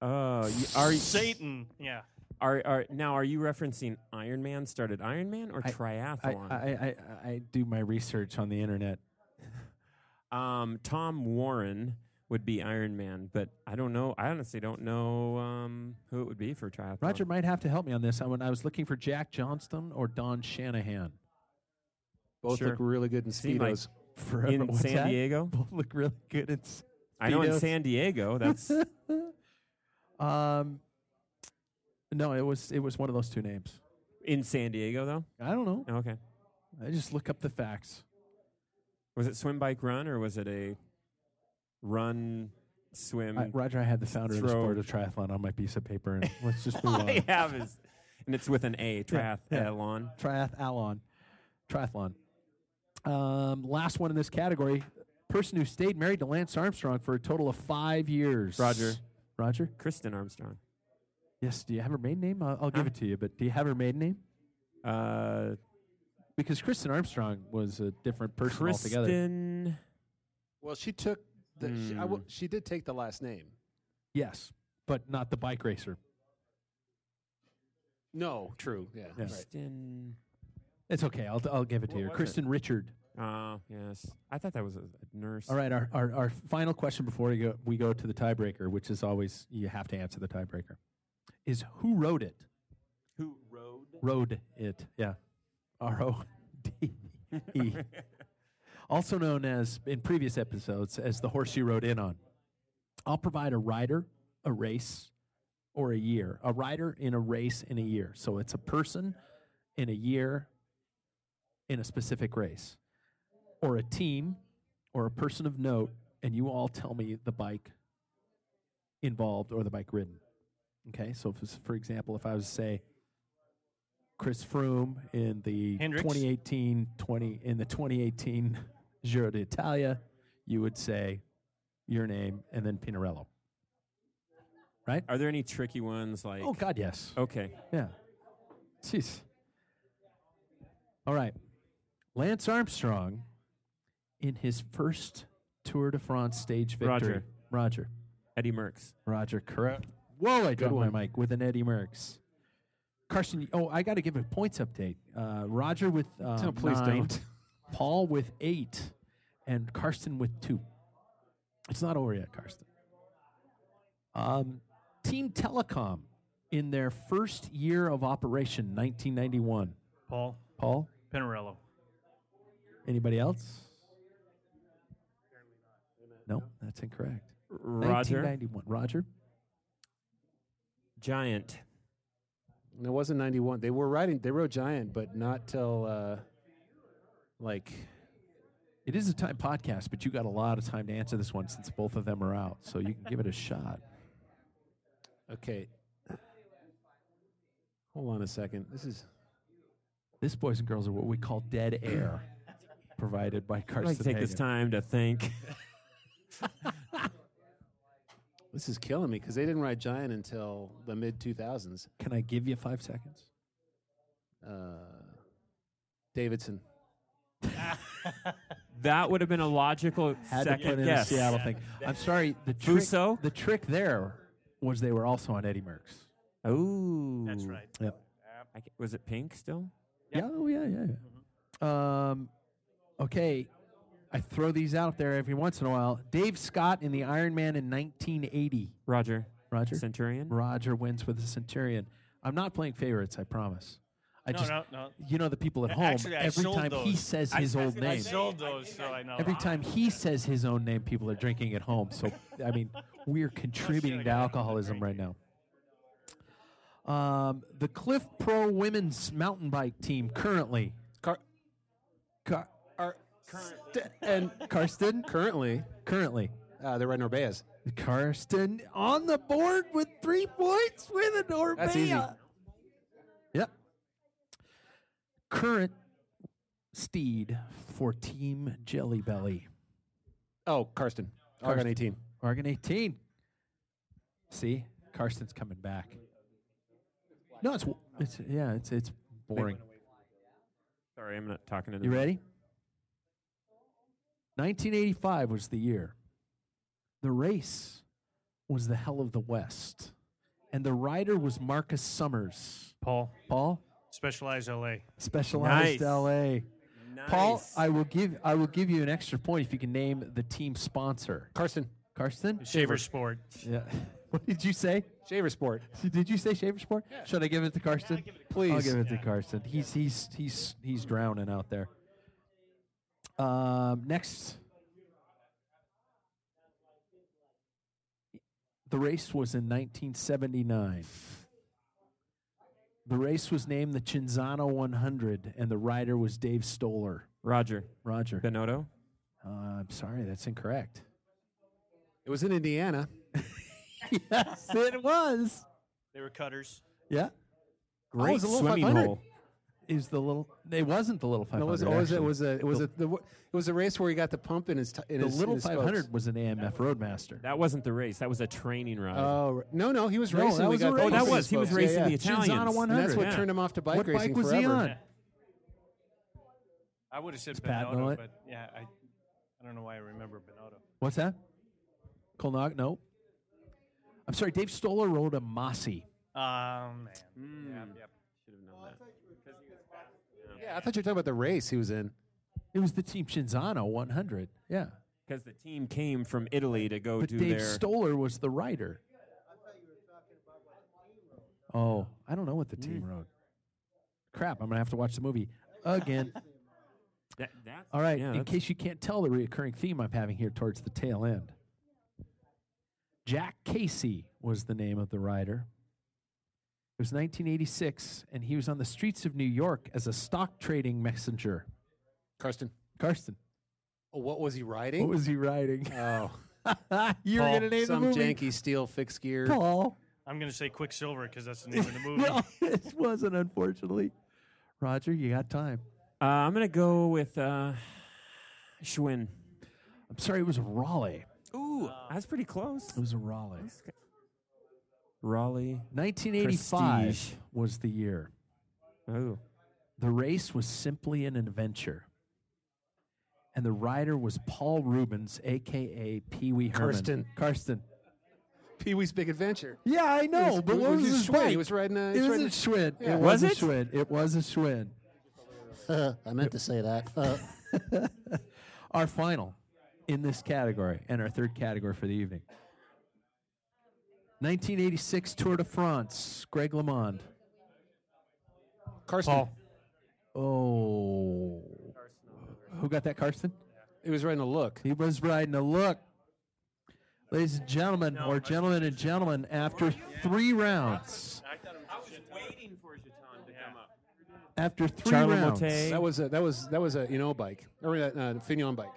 Speaker 4: uh, y- are,
Speaker 2: Satan. Yeah.
Speaker 4: are, are, now, are you referencing Iron Man started Iron Man or
Speaker 1: I- I,
Speaker 4: triathlon?
Speaker 1: I, I, I do my research on the internet.
Speaker 4: Um, Tom Warren would be Iron Man, but I don't know. I honestly don't know um, who it would be for triathlon.
Speaker 3: Um,
Speaker 1: Roger might have to help me on this. I, when I was looking for Jack Johnston or Don Shanahan.
Speaker 3: Both
Speaker 4: Sure.
Speaker 3: look really good in
Speaker 4: Seemed like-
Speaker 3: speedos.
Speaker 1: Forever.
Speaker 4: in
Speaker 1: What's
Speaker 4: San
Speaker 1: that?
Speaker 4: Diego.
Speaker 1: Both look really good. It's
Speaker 4: I know in
Speaker 1: Speedos.
Speaker 4: San Diego. That's
Speaker 1: um, no, it was it was one of those two names.
Speaker 4: in San Diego though.
Speaker 1: I don't know.
Speaker 4: Okay.
Speaker 1: I just look up the facts.
Speaker 4: Was it swim, bike, run, or was it a run, swim?
Speaker 1: I, Roger, I had the founder of the
Speaker 4: Throw. Oh,
Speaker 1: sport of triathlon on my piece of paper, and let's just move
Speaker 4: All
Speaker 1: on.
Speaker 4: I have is, and it's with an A,
Speaker 1: Yeah, yeah.
Speaker 4: triathlon.
Speaker 1: Triathlon. Triathlon. Um, last one in this category. Person who stayed married to Lance Armstrong for a total of five years.
Speaker 4: Roger.
Speaker 1: Roger?
Speaker 4: Kristen Armstrong.
Speaker 1: Yes. Do you have her maiden name? I'll, I'll give
Speaker 4: Huh?
Speaker 1: it to you, but do you have her maiden name?
Speaker 4: Uh,
Speaker 1: Because Kristen Armstrong was a different person altogether.
Speaker 4: Kristen.
Speaker 3: Well, she took. The, she, I
Speaker 1: Hmm.
Speaker 3: w- she did take the last name.
Speaker 1: Yes, but not the bike racer.
Speaker 3: No, true. Yeah.
Speaker 1: Yeah.
Speaker 3: Right.
Speaker 4: Kristen.
Speaker 1: It's okay. I'll, I'll give it to
Speaker 4: What
Speaker 1: you.
Speaker 4: was it?
Speaker 1: Kristen Richard.
Speaker 4: Oh, yes. I thought that was a, a nurse.
Speaker 1: All right. Our, our, our final question before we go, we go to the tiebreaker, which is always you have to answer the tiebreaker, is who wrote it?
Speaker 4: Who rode?
Speaker 1: Rode it. Yeah. R O D E. Also known as, in previous episodes, as the horse you rode in on. I'll provide a rider, a race, or a year. A rider in a race in a year. So it's a person in a year in a specific race, or a team, or a person of note, and you all tell me the bike involved or the bike ridden. Okay, so if it's, for example, if I was to say Chris Froome in the
Speaker 2: Hendricks.
Speaker 1: 2018 20 in the 2018 Giro d'Italia, you would say your name and then Pinarello. Right?
Speaker 4: Are there any tricky ones like?
Speaker 1: Oh God, yes.
Speaker 4: Okay.
Speaker 1: Yeah. Jeez. All right. Lance Armstrong in his first Tour de France stage victory.
Speaker 4: Roger.
Speaker 1: Roger.
Speaker 4: Eddie Merckx.
Speaker 1: Roger. Correct. Whoa, I dropped
Speaker 3: one.
Speaker 1: my mic with an Eddie Merckx. Carson, oh, I got to give a points update. Uh, Roger with uh,
Speaker 3: No, please
Speaker 1: nine,
Speaker 3: don't.
Speaker 1: Paul with eight, and Karsten with two. It's not over yet, Karsten. Um, Team Telecom in their first year of operation, 1991.
Speaker 2: Paul
Speaker 1: Paul,
Speaker 2: Pinarello.
Speaker 1: anybody else? No, that's incorrect.
Speaker 4: Roger.
Speaker 1: 1991. Roger.
Speaker 4: Giant.
Speaker 3: And it wasn't 91. They were riding, they rode Giant, but not till uh, like,
Speaker 1: It is a time podcast, but you got a lot of time to answer this one since both of them are out, so you can give it a shot.
Speaker 3: okay. Hold on a second. This is.
Speaker 1: This, boys and girls, are what we call dead air, provided by
Speaker 4: I'd
Speaker 1: Carson.
Speaker 4: like to take this
Speaker 1: Hagen.
Speaker 4: time to think.
Speaker 3: This is killing me because they didn't ride Giant until the mid 2000s.
Speaker 1: Can I give you five seconds?
Speaker 3: uh, Davidson.
Speaker 4: That would have been a logical
Speaker 1: Had to put
Speaker 4: second
Speaker 1: in
Speaker 4: guess.
Speaker 1: a Seattle thing. I'm sorry. The trick,
Speaker 4: Fuso?
Speaker 1: the trick there was they were also on Eddie Merckx.
Speaker 4: Oh,
Speaker 2: That's right.
Speaker 1: Yep.
Speaker 4: I ca- was it pink still?
Speaker 1: Yeah. Oh yeah. Yeah. yeah. Um, okay. I throw these out there every once in a while. Dave Scott in the Iron Man in 1980.
Speaker 4: Roger.
Speaker 1: Roger.
Speaker 4: Centurion.
Speaker 1: Roger wins with the Centurion. I'm not playing favorites. I promise. I
Speaker 2: No,
Speaker 1: just,
Speaker 2: no, no.
Speaker 1: you know the people at
Speaker 2: A-
Speaker 1: home.
Speaker 2: actually, I
Speaker 1: every
Speaker 2: sold
Speaker 1: time he
Speaker 2: those.
Speaker 1: says his old
Speaker 2: I
Speaker 1: name,
Speaker 2: sold those, so I know.
Speaker 1: every time he says his own name, people are drinking at home. So, I mean, we're contributing to alcoholism right now. Um, the Cliff Pro Women's Mountain Bike Team currently.
Speaker 3: Car-
Speaker 1: Car-
Speaker 3: St- and
Speaker 1: Karsten?
Speaker 3: currently,
Speaker 1: currently.
Speaker 3: uh, they're riding Norbeas.
Speaker 1: Karsten on the board with three points with an Orbea.
Speaker 3: That's easy.
Speaker 1: Yep. Current steed for Team Jelly Belly.
Speaker 3: Oh, Karsten. Argon
Speaker 1: Karsten.
Speaker 3: 18.
Speaker 1: Oregon 18. See, Karsten's coming back. No, it's it's yeah, it's it's boring.
Speaker 4: Sorry, I'm not talking to the
Speaker 1: You ready? 1985 was the year. The race was the Hell of the West, and the rider was Marcus Summers.
Speaker 2: Paul,
Speaker 1: Paul,
Speaker 2: Specialized LA.
Speaker 1: Specialized
Speaker 4: Nice.
Speaker 1: LA. Paul, I will give I will give you an extra point if you can name the team sponsor.
Speaker 3: Karsten.
Speaker 1: Karsten.
Speaker 2: Shaver Sport.
Speaker 1: Yeah. What did you say?
Speaker 3: Shaver Sport.
Speaker 1: Did you say Shaver Sport? Should I give it to Karsten? Please. I'll give it to Karsten. He's he's he's he's drowning out there. Um, next. The race was in 1979. The race was named the Cinzano 100, and the rider was Dave Stoller.
Speaker 4: Roger.
Speaker 1: Roger.
Speaker 4: Benotto.
Speaker 1: Uh, I'm sorry, that's incorrect.
Speaker 3: It was in Indiana.
Speaker 1: yes, it was.
Speaker 2: They were cutters.
Speaker 1: Yeah.
Speaker 4: Great
Speaker 3: was a little
Speaker 4: swimming
Speaker 3: 500.
Speaker 4: hole.
Speaker 1: Is the little? It wasn't the little 500.
Speaker 3: No, it was, it was, it
Speaker 1: actually.
Speaker 3: was a it was a the, w- it was a race where he got the pump in his t- in
Speaker 1: The
Speaker 3: his, in
Speaker 1: little
Speaker 3: his
Speaker 1: 500
Speaker 3: spokes.
Speaker 1: was an AMF Roadmaster.
Speaker 4: That wasn't the race. That was a training ride.
Speaker 1: Uh,
Speaker 3: Oh r- no, no, he was
Speaker 1: No,
Speaker 3: racing.
Speaker 1: that
Speaker 3: we
Speaker 1: was a
Speaker 3: got
Speaker 1: race.
Speaker 3: the
Speaker 4: Oh, that
Speaker 3: pump in
Speaker 4: was.
Speaker 3: his
Speaker 4: He was
Speaker 3: spokes.
Speaker 4: racing
Speaker 3: yeah,
Speaker 4: the
Speaker 3: yeah.
Speaker 4: Italians.
Speaker 1: Shinzana 100.
Speaker 3: And that's what
Speaker 4: Yeah.
Speaker 3: turned him off to bike
Speaker 1: what
Speaker 3: racing
Speaker 1: bike was he
Speaker 3: forever.
Speaker 1: on?
Speaker 2: I would have said
Speaker 1: Pat
Speaker 2: Benotto,
Speaker 1: Millett.
Speaker 2: but yeah, I, I don't know why I remember Benotto.
Speaker 1: What's that? Colnog? No. I'm sorry. Dave Stoller rode a Mossy.
Speaker 2: Oh man.
Speaker 3: Yeah, I thought you were talking about the race he was in.
Speaker 1: It was the Team Shinzano 100. Yeah.
Speaker 4: Because the team came from Italy to go
Speaker 1: but
Speaker 4: do
Speaker 1: Dave
Speaker 4: their.
Speaker 1: Stoller was the rider. Oh, I don't know what the
Speaker 3: Hmm?
Speaker 1: team rode. Crap, I'm going to have to watch the movie again.
Speaker 4: That- that's-
Speaker 1: All right.
Speaker 4: yeah,
Speaker 1: in
Speaker 4: that's-
Speaker 1: case you can't tell the reoccurring theme I'm having here towards the tail end, Jack Casey was the name of the rider. It was 1986, and he was on the streets of New York as a stock trading messenger.
Speaker 3: Karsten.
Speaker 1: Karsten,
Speaker 3: Oh, what was he riding?
Speaker 1: what was he riding?
Speaker 3: oh,
Speaker 1: you were
Speaker 2: Paul,
Speaker 1: going to name
Speaker 3: some
Speaker 1: the movie.
Speaker 3: janky steel fixed gear.
Speaker 1: Paul.
Speaker 2: I'm gonna say Quicksilver because that's the name of the movie.
Speaker 1: no, it wasn't, unfortunately. Roger, you got time.
Speaker 4: Uh, I'm gonna go with uh, Schwinn.
Speaker 1: I'm sorry, it was Raleigh.
Speaker 4: Ooh, that's pretty close.
Speaker 1: It was Raleigh.
Speaker 4: Raleigh.
Speaker 1: 1985
Speaker 4: Prestige.
Speaker 1: was the year.
Speaker 4: Oh,
Speaker 1: The race was simply an adventure. And the rider was Paul Rubens, aka Pee Wee Herman.
Speaker 3: Karsten.
Speaker 1: Karsten.
Speaker 3: Pee Wee's Big Adventure.
Speaker 1: Yeah, I know,
Speaker 3: was-
Speaker 1: but
Speaker 3: it
Speaker 1: what
Speaker 3: was
Speaker 1: was,
Speaker 3: a
Speaker 1: his
Speaker 3: Schwinn. He
Speaker 1: bike?
Speaker 3: was riding a- he
Speaker 1: It was
Speaker 3: was
Speaker 1: a
Speaker 3: riding
Speaker 1: Schwinn.
Speaker 3: Yeah.
Speaker 1: It was,
Speaker 4: Was
Speaker 1: a
Speaker 4: it?
Speaker 1: Schwinn. It was a Schwinn.
Speaker 3: I meant to say that. Uh,
Speaker 1: Our final in this category and our third category for the evening. 1986 Tour de France, Greg LeMond.
Speaker 3: Karsten.
Speaker 1: Oh. Who got that, Karsten?
Speaker 3: He was riding a look.
Speaker 1: He was riding a look. Ladies and gentlemen, or gentlemen and gentlemen, after three rounds, after three
Speaker 4: Charlie
Speaker 1: rounds,
Speaker 4: Motte.
Speaker 3: That was a that was that was a you know bike or a uh, Fignon bike.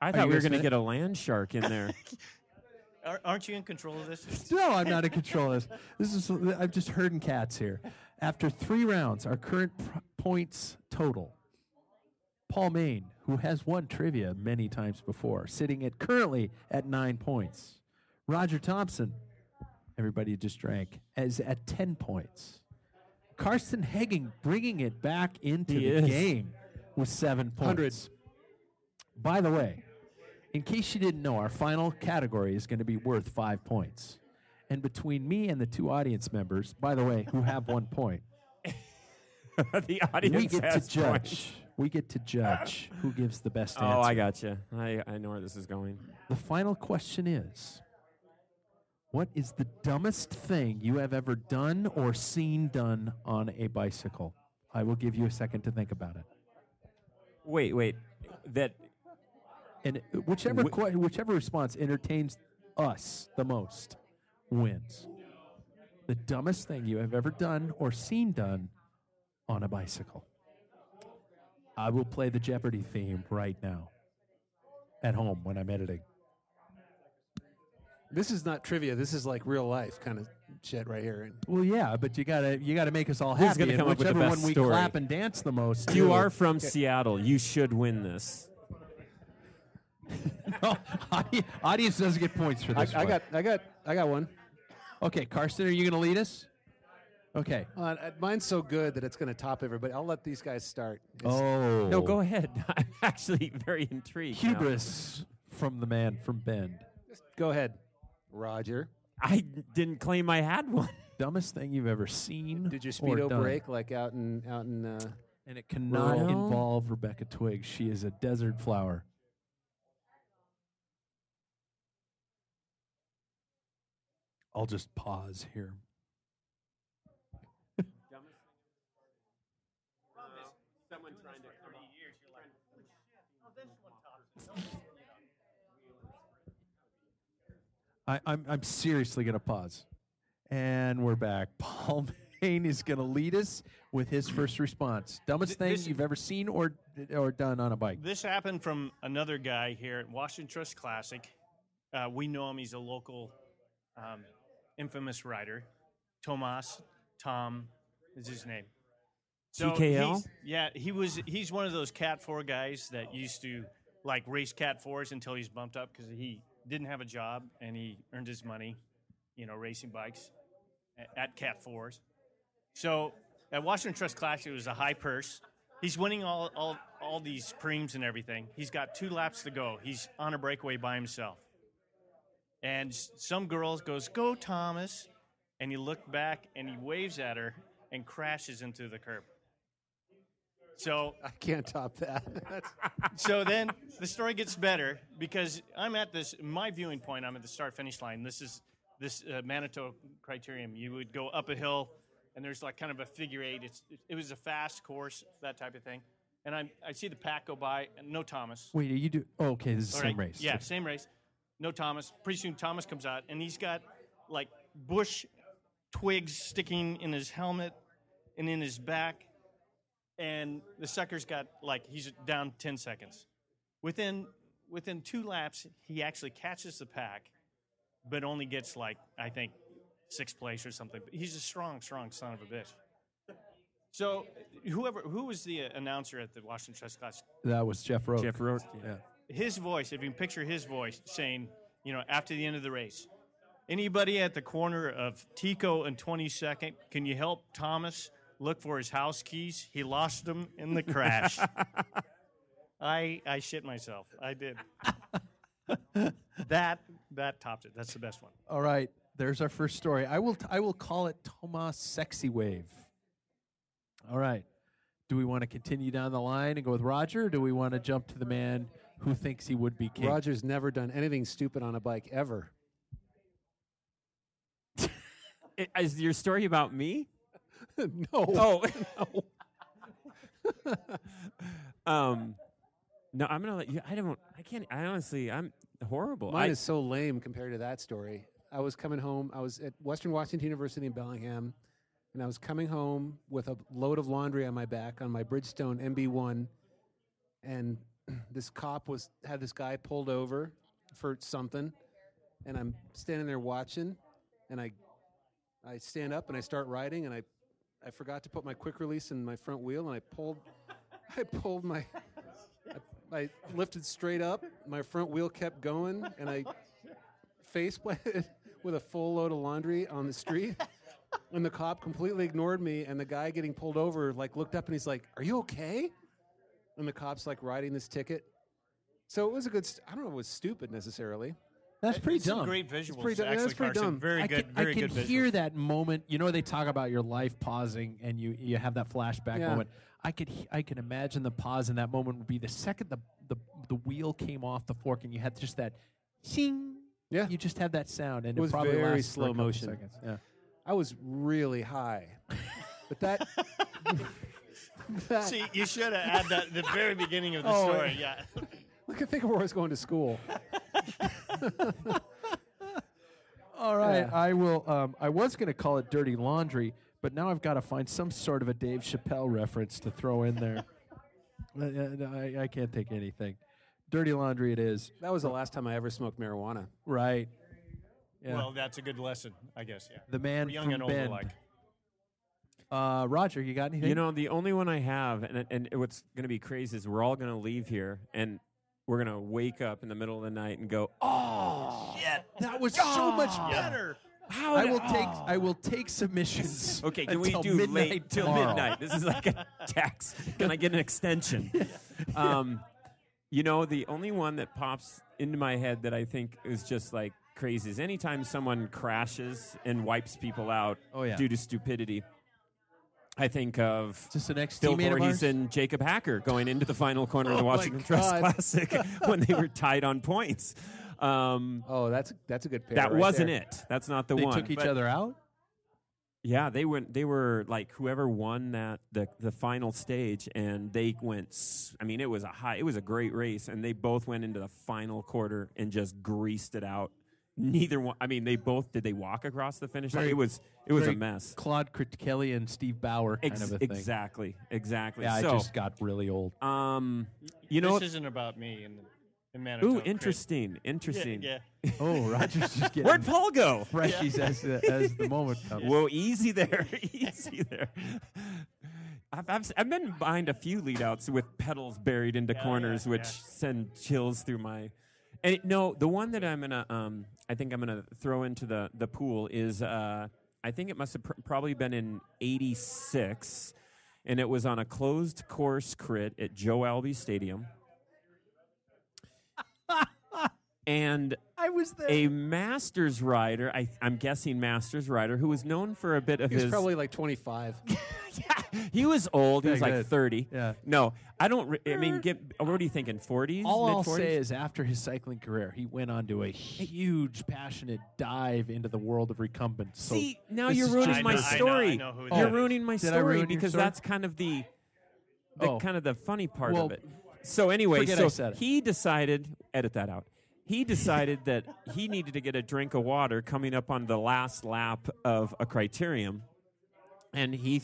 Speaker 4: I thought
Speaker 1: you
Speaker 4: we were gonna
Speaker 1: listening?
Speaker 4: get a land shark in there.
Speaker 2: Are, aren't you in control of this?
Speaker 1: no, I'm not in control of this. This is I'm just herding cats here. After three rounds, our current pr- points total. Paul Maine, who has won trivia many times before, sitting at currently at nine points. Roger Thompson, everybody just drank, is at ten points. Carson Hagen bringing it back into
Speaker 4: He
Speaker 1: the
Speaker 4: is.
Speaker 1: game with seven points.
Speaker 3: Hundreds.
Speaker 1: By the way, in case you didn't know, our final category is going to be worth five points. And between me and the two audience members, by the way, who have one point,
Speaker 4: the audience
Speaker 1: we get to
Speaker 4: has
Speaker 1: judge.
Speaker 4: points.
Speaker 1: We get to judge who gives the best answer.
Speaker 4: Oh, I gotcha. I, I know where this is going.
Speaker 1: The final question is What is the dumbest thing you have ever done or seen done on a bicycle? I will give you a second to think about it.
Speaker 4: Wait, wait. That
Speaker 1: And uh, whichever,
Speaker 4: Wh-
Speaker 1: que- whichever response entertains us the most wins. The dumbest thing you have ever done or seen done on a bicycle. I will play the Jeopardy theme right now at home when I'm editing.
Speaker 3: This is not trivia. This is like real life kind of shit right here. And
Speaker 1: Well, yeah, but you gotta you gotta make us all
Speaker 4: Who's
Speaker 1: happy.
Speaker 4: gonna
Speaker 1: and
Speaker 4: come up with the
Speaker 1: whichever
Speaker 4: best
Speaker 1: one we
Speaker 4: story?
Speaker 1: clap and dance the most.
Speaker 4: you
Speaker 1: to-
Speaker 4: are from Seattle. You should win this.
Speaker 1: No, audi- audience doesn't get points for
Speaker 3: I,
Speaker 1: this.
Speaker 3: I
Speaker 1: one.
Speaker 3: got, I got, I got one.
Speaker 1: Okay, Carson, are you gonna lead us? Okay.
Speaker 3: Uh, uh, mine's so good that it's going to top everybody. I'll let these guys start. It's-
Speaker 1: Oh,
Speaker 4: No, go ahead. I'm actually very intrigued. now.
Speaker 1: Hubris from the man from Bend.
Speaker 3: go ahead, Roger.
Speaker 4: I didn't claim I had one.
Speaker 1: Dumbest thing you've ever seen.
Speaker 3: Did your
Speaker 1: or
Speaker 3: speedo
Speaker 1: done.
Speaker 3: break like out in out in? Uh,
Speaker 1: And it cannot
Speaker 4: No.
Speaker 1: involve Rebecca Twig. She is a desert flower. I'll just pause here. I, I'm, I'm seriously going to pause. And we're back. Paul Maine is going to lead us with his first response. Dumbest thing
Speaker 2: this-
Speaker 1: you've ever seen or or done on a bike.
Speaker 2: This happened from another guy here at Washington Trust Classic. Uh, we know him; he's a local, um, infamous rider. Tomas Tom is his name.
Speaker 4: TKL?
Speaker 2: he's- Yeah, he was. He's one of those Cat Four guys that used to like race Cat Fours until he's bumped up because he didn't have a job and he earned his money, you know, racing bikes a- at Cat Fours. So at Washington Trust Classic, it was a high purse. He's winning all, all, all these preems and everything. He's got two laps to go. He's on a breakaway by himself. And s- some girl goes, Go, Thomas. And he looked back and he waves at her and crashes into the curb. So
Speaker 3: I can't top that. That's-
Speaker 2: so then the story gets better because I'm at this my viewing point. I'm at the start finish line. This is this uh, Manitou criterium. You would go up a hill, and there's like kind of a figure eight. It's it was a fast course, that type of thing. And I I see the pack go by, and no Thomas.
Speaker 1: Wait, are you do? Oh, okay, this is the
Speaker 2: All
Speaker 1: same
Speaker 2: right,
Speaker 1: race.
Speaker 2: Yeah, same race. No Thomas. Pretty soon Thomas comes out, and he's got like bush twigs sticking in his helmet and in his back. And the sucker's got like he's down ten seconds. Within within two laps, he actually catches the pack, but only gets like I think sixth place or something. But he's a strong, strong son of a bitch. So whoever who was the announcer at the Washington Trust Classic?
Speaker 1: That was Jeff Rowe.
Speaker 4: Jeff Roach.
Speaker 1: Yeah.
Speaker 2: his voice, if you can picture his voice saying, you know, after the end of the race, anybody at the corner of Tico and 22nd, can you help Thomas look for his house keys? He lost them in the crash. I I shit myself. I did. that that topped it. That's the best one.
Speaker 1: All right, there's our first story. I will t- I will call it Tomas Sexy Wave. All right. Do we want to continue down the line and go with Roger? Or do we want to jump to the man who thinks he would be king?
Speaker 3: Roger's never done anything stupid on a bike ever.
Speaker 4: It- Is your story about me?
Speaker 3: no.
Speaker 4: Oh. um, no, I'm gonna let you. I don't. I can't. I honestly, I'm horrible.
Speaker 3: Mine
Speaker 4: I,
Speaker 3: is so lame compared to that story. I was coming home. I was at Western Washington University in Bellingham, and I was coming home with a load of laundry on my back on my Bridgestone MB1, and this cop was had this guy pulled over for something, and I'm standing there watching, and I I stand up and I start riding, and I I forgot to put my quick release in my front wheel, and I pulled I pulled my I lifted straight up. My front wheel kept going, and I face planted with a full load of laundry on the street. and the cop completely ignored me. And the guy getting pulled over like looked up and he's like, "Are you okay?" And the cop's like writing this ticket. So it was a good. St- I don't know. if It was stupid necessarily.
Speaker 1: That's pretty
Speaker 2: Some
Speaker 1: dumb.
Speaker 2: great visuals.
Speaker 3: pretty dumb. Yeah,
Speaker 2: Actually,
Speaker 3: that's pretty
Speaker 2: Carson.
Speaker 3: dumb.
Speaker 2: Very
Speaker 1: I
Speaker 2: good.
Speaker 1: can,
Speaker 2: very
Speaker 1: I can
Speaker 2: good
Speaker 1: hear
Speaker 2: visuals.
Speaker 1: that moment. You know, they talk about your life pausing, and you you have that flashback
Speaker 3: Yeah.
Speaker 1: moment. I could he- I can imagine the pause in that moment would be the second the the the wheel came off the fork, and you had just that sing.
Speaker 3: Yeah.
Speaker 1: you just had that sound, and it,
Speaker 3: was
Speaker 1: probably
Speaker 3: very
Speaker 1: lasts for a
Speaker 3: slow
Speaker 1: couple
Speaker 3: motion.
Speaker 1: Seconds. Yeah.
Speaker 3: I was really high, but that. that
Speaker 2: See, you should have had that at the very beginning of the
Speaker 3: Oh,
Speaker 2: story. Yeah.
Speaker 3: look, I think of where I was going to school.
Speaker 1: All right,
Speaker 3: Yeah.
Speaker 1: I will. Um, I was going to call it dirty laundry, but now I've got to find some sort of a Dave Chappelle reference to throw in there. Uh, uh, I, I can't take anything. Dirty laundry, it is.
Speaker 3: That was the last time I ever smoked marijuana.
Speaker 1: Right. Yeah.
Speaker 2: Well, that's a good lesson, I guess. Yeah.
Speaker 1: The man
Speaker 2: For young
Speaker 1: from
Speaker 2: and old
Speaker 1: Bend.
Speaker 2: alike.
Speaker 1: Uh, Roger, you got anything?
Speaker 4: You know, the only one I have, and and what's going to be crazy is we're all going to leave here and we're going to wake up in the middle of the night and go, oh,
Speaker 1: that was
Speaker 2: Oh!
Speaker 1: so much better.
Speaker 4: how
Speaker 1: I
Speaker 4: did-
Speaker 1: will take.
Speaker 4: oh."
Speaker 1: I will take submissions.
Speaker 4: Okay, can we
Speaker 1: until
Speaker 4: do
Speaker 1: midnight
Speaker 4: late till
Speaker 1: tomorrow.
Speaker 4: midnight? This is like a tax. Can I get an extension? Um, you know, the only one that pops into my head that I think is just like crazy is anytime someone crashes and wipes people out
Speaker 1: Oh, yeah.
Speaker 4: due to stupidity. I think of
Speaker 1: Is this an ex
Speaker 4: Phil
Speaker 1: teammate of
Speaker 4: Voorhees
Speaker 1: ours?
Speaker 4: and Jacob Hacker going into the final corner of the
Speaker 3: Oh my
Speaker 4: Washington Trust
Speaker 3: God.
Speaker 4: Classic when they were tied on points. Um,
Speaker 3: Oh, that's that's a good pair.
Speaker 4: that
Speaker 3: right
Speaker 4: wasn't
Speaker 3: there.
Speaker 4: it. That's not the
Speaker 1: they
Speaker 4: one.
Speaker 1: took each
Speaker 4: But-
Speaker 1: other out.
Speaker 4: yeah, they went. They were like whoever won that the the final stage, and they went. s- I mean, it was a high. It was a great race, and they both went into the final quarter and just greased it out. Neither one. I mean, they both did. They walk across the finish line.
Speaker 1: Very-
Speaker 4: It was. It was a
Speaker 1: Very
Speaker 4: mess.
Speaker 1: Claude Crit- Kelly and Steve Bauer kind
Speaker 4: Ex-
Speaker 1: of a thing.
Speaker 4: exactly. Exactly.
Speaker 1: Yeah,
Speaker 4: so,
Speaker 1: I just got really old.
Speaker 4: um, you know.
Speaker 2: this isn't about me and and Manitoba.
Speaker 4: Ooh,
Speaker 2: Chris.
Speaker 4: interesting.
Speaker 2: Yeah,
Speaker 4: Interesting.
Speaker 2: yeah.
Speaker 1: Oh, Roger's just getting
Speaker 4: Where'd Paul go?
Speaker 1: freshies as, the, as the moment comes.
Speaker 4: Whoa, easy there, easy there. I've, I've, I've been behind a few leadouts with pedals buried into corners,
Speaker 2: yeah,
Speaker 4: which
Speaker 2: yeah.
Speaker 4: send chills through my. And it- no, the one that I'm gonna, um, I think I'm gonna throw into the the pool is, uh, I think it must have pr- probably been in '86, and it was on a closed course crit at Joe Albee Stadium. and
Speaker 1: I was there.
Speaker 4: a Masters rider, I, I'm guessing Masters rider, who was known for a bit of
Speaker 3: He was
Speaker 4: his.
Speaker 3: probably like 25.
Speaker 4: yeah, he was old. He was
Speaker 1: Very
Speaker 4: like
Speaker 1: good.
Speaker 4: 30.
Speaker 1: Yeah.
Speaker 4: No, I don't. Re- I mean, get, what are you thinking? 40s?
Speaker 1: All I'll
Speaker 4: mid-40s?
Speaker 1: say is, after his cycling career, he went on to a huge, passionate dive into the world of recumbents. So
Speaker 4: See, now
Speaker 1: this
Speaker 4: you're
Speaker 1: is
Speaker 4: ruining
Speaker 1: just
Speaker 4: my
Speaker 1: a-
Speaker 2: know- I know-
Speaker 4: story.
Speaker 2: I know who that
Speaker 4: you're
Speaker 2: is.
Speaker 4: ruining my
Speaker 1: Did I
Speaker 4: story
Speaker 1: ruin your
Speaker 4: because
Speaker 1: story?
Speaker 4: that's kind of the, the
Speaker 1: Oh.
Speaker 4: kind of the funny part
Speaker 1: Well,
Speaker 4: of it. So anyway,
Speaker 1: forget I
Speaker 4: so
Speaker 1: said it.
Speaker 4: he decided. Edit that out. He decided that he needed to get a drink of water coming up on the last lap of a criterium, and he,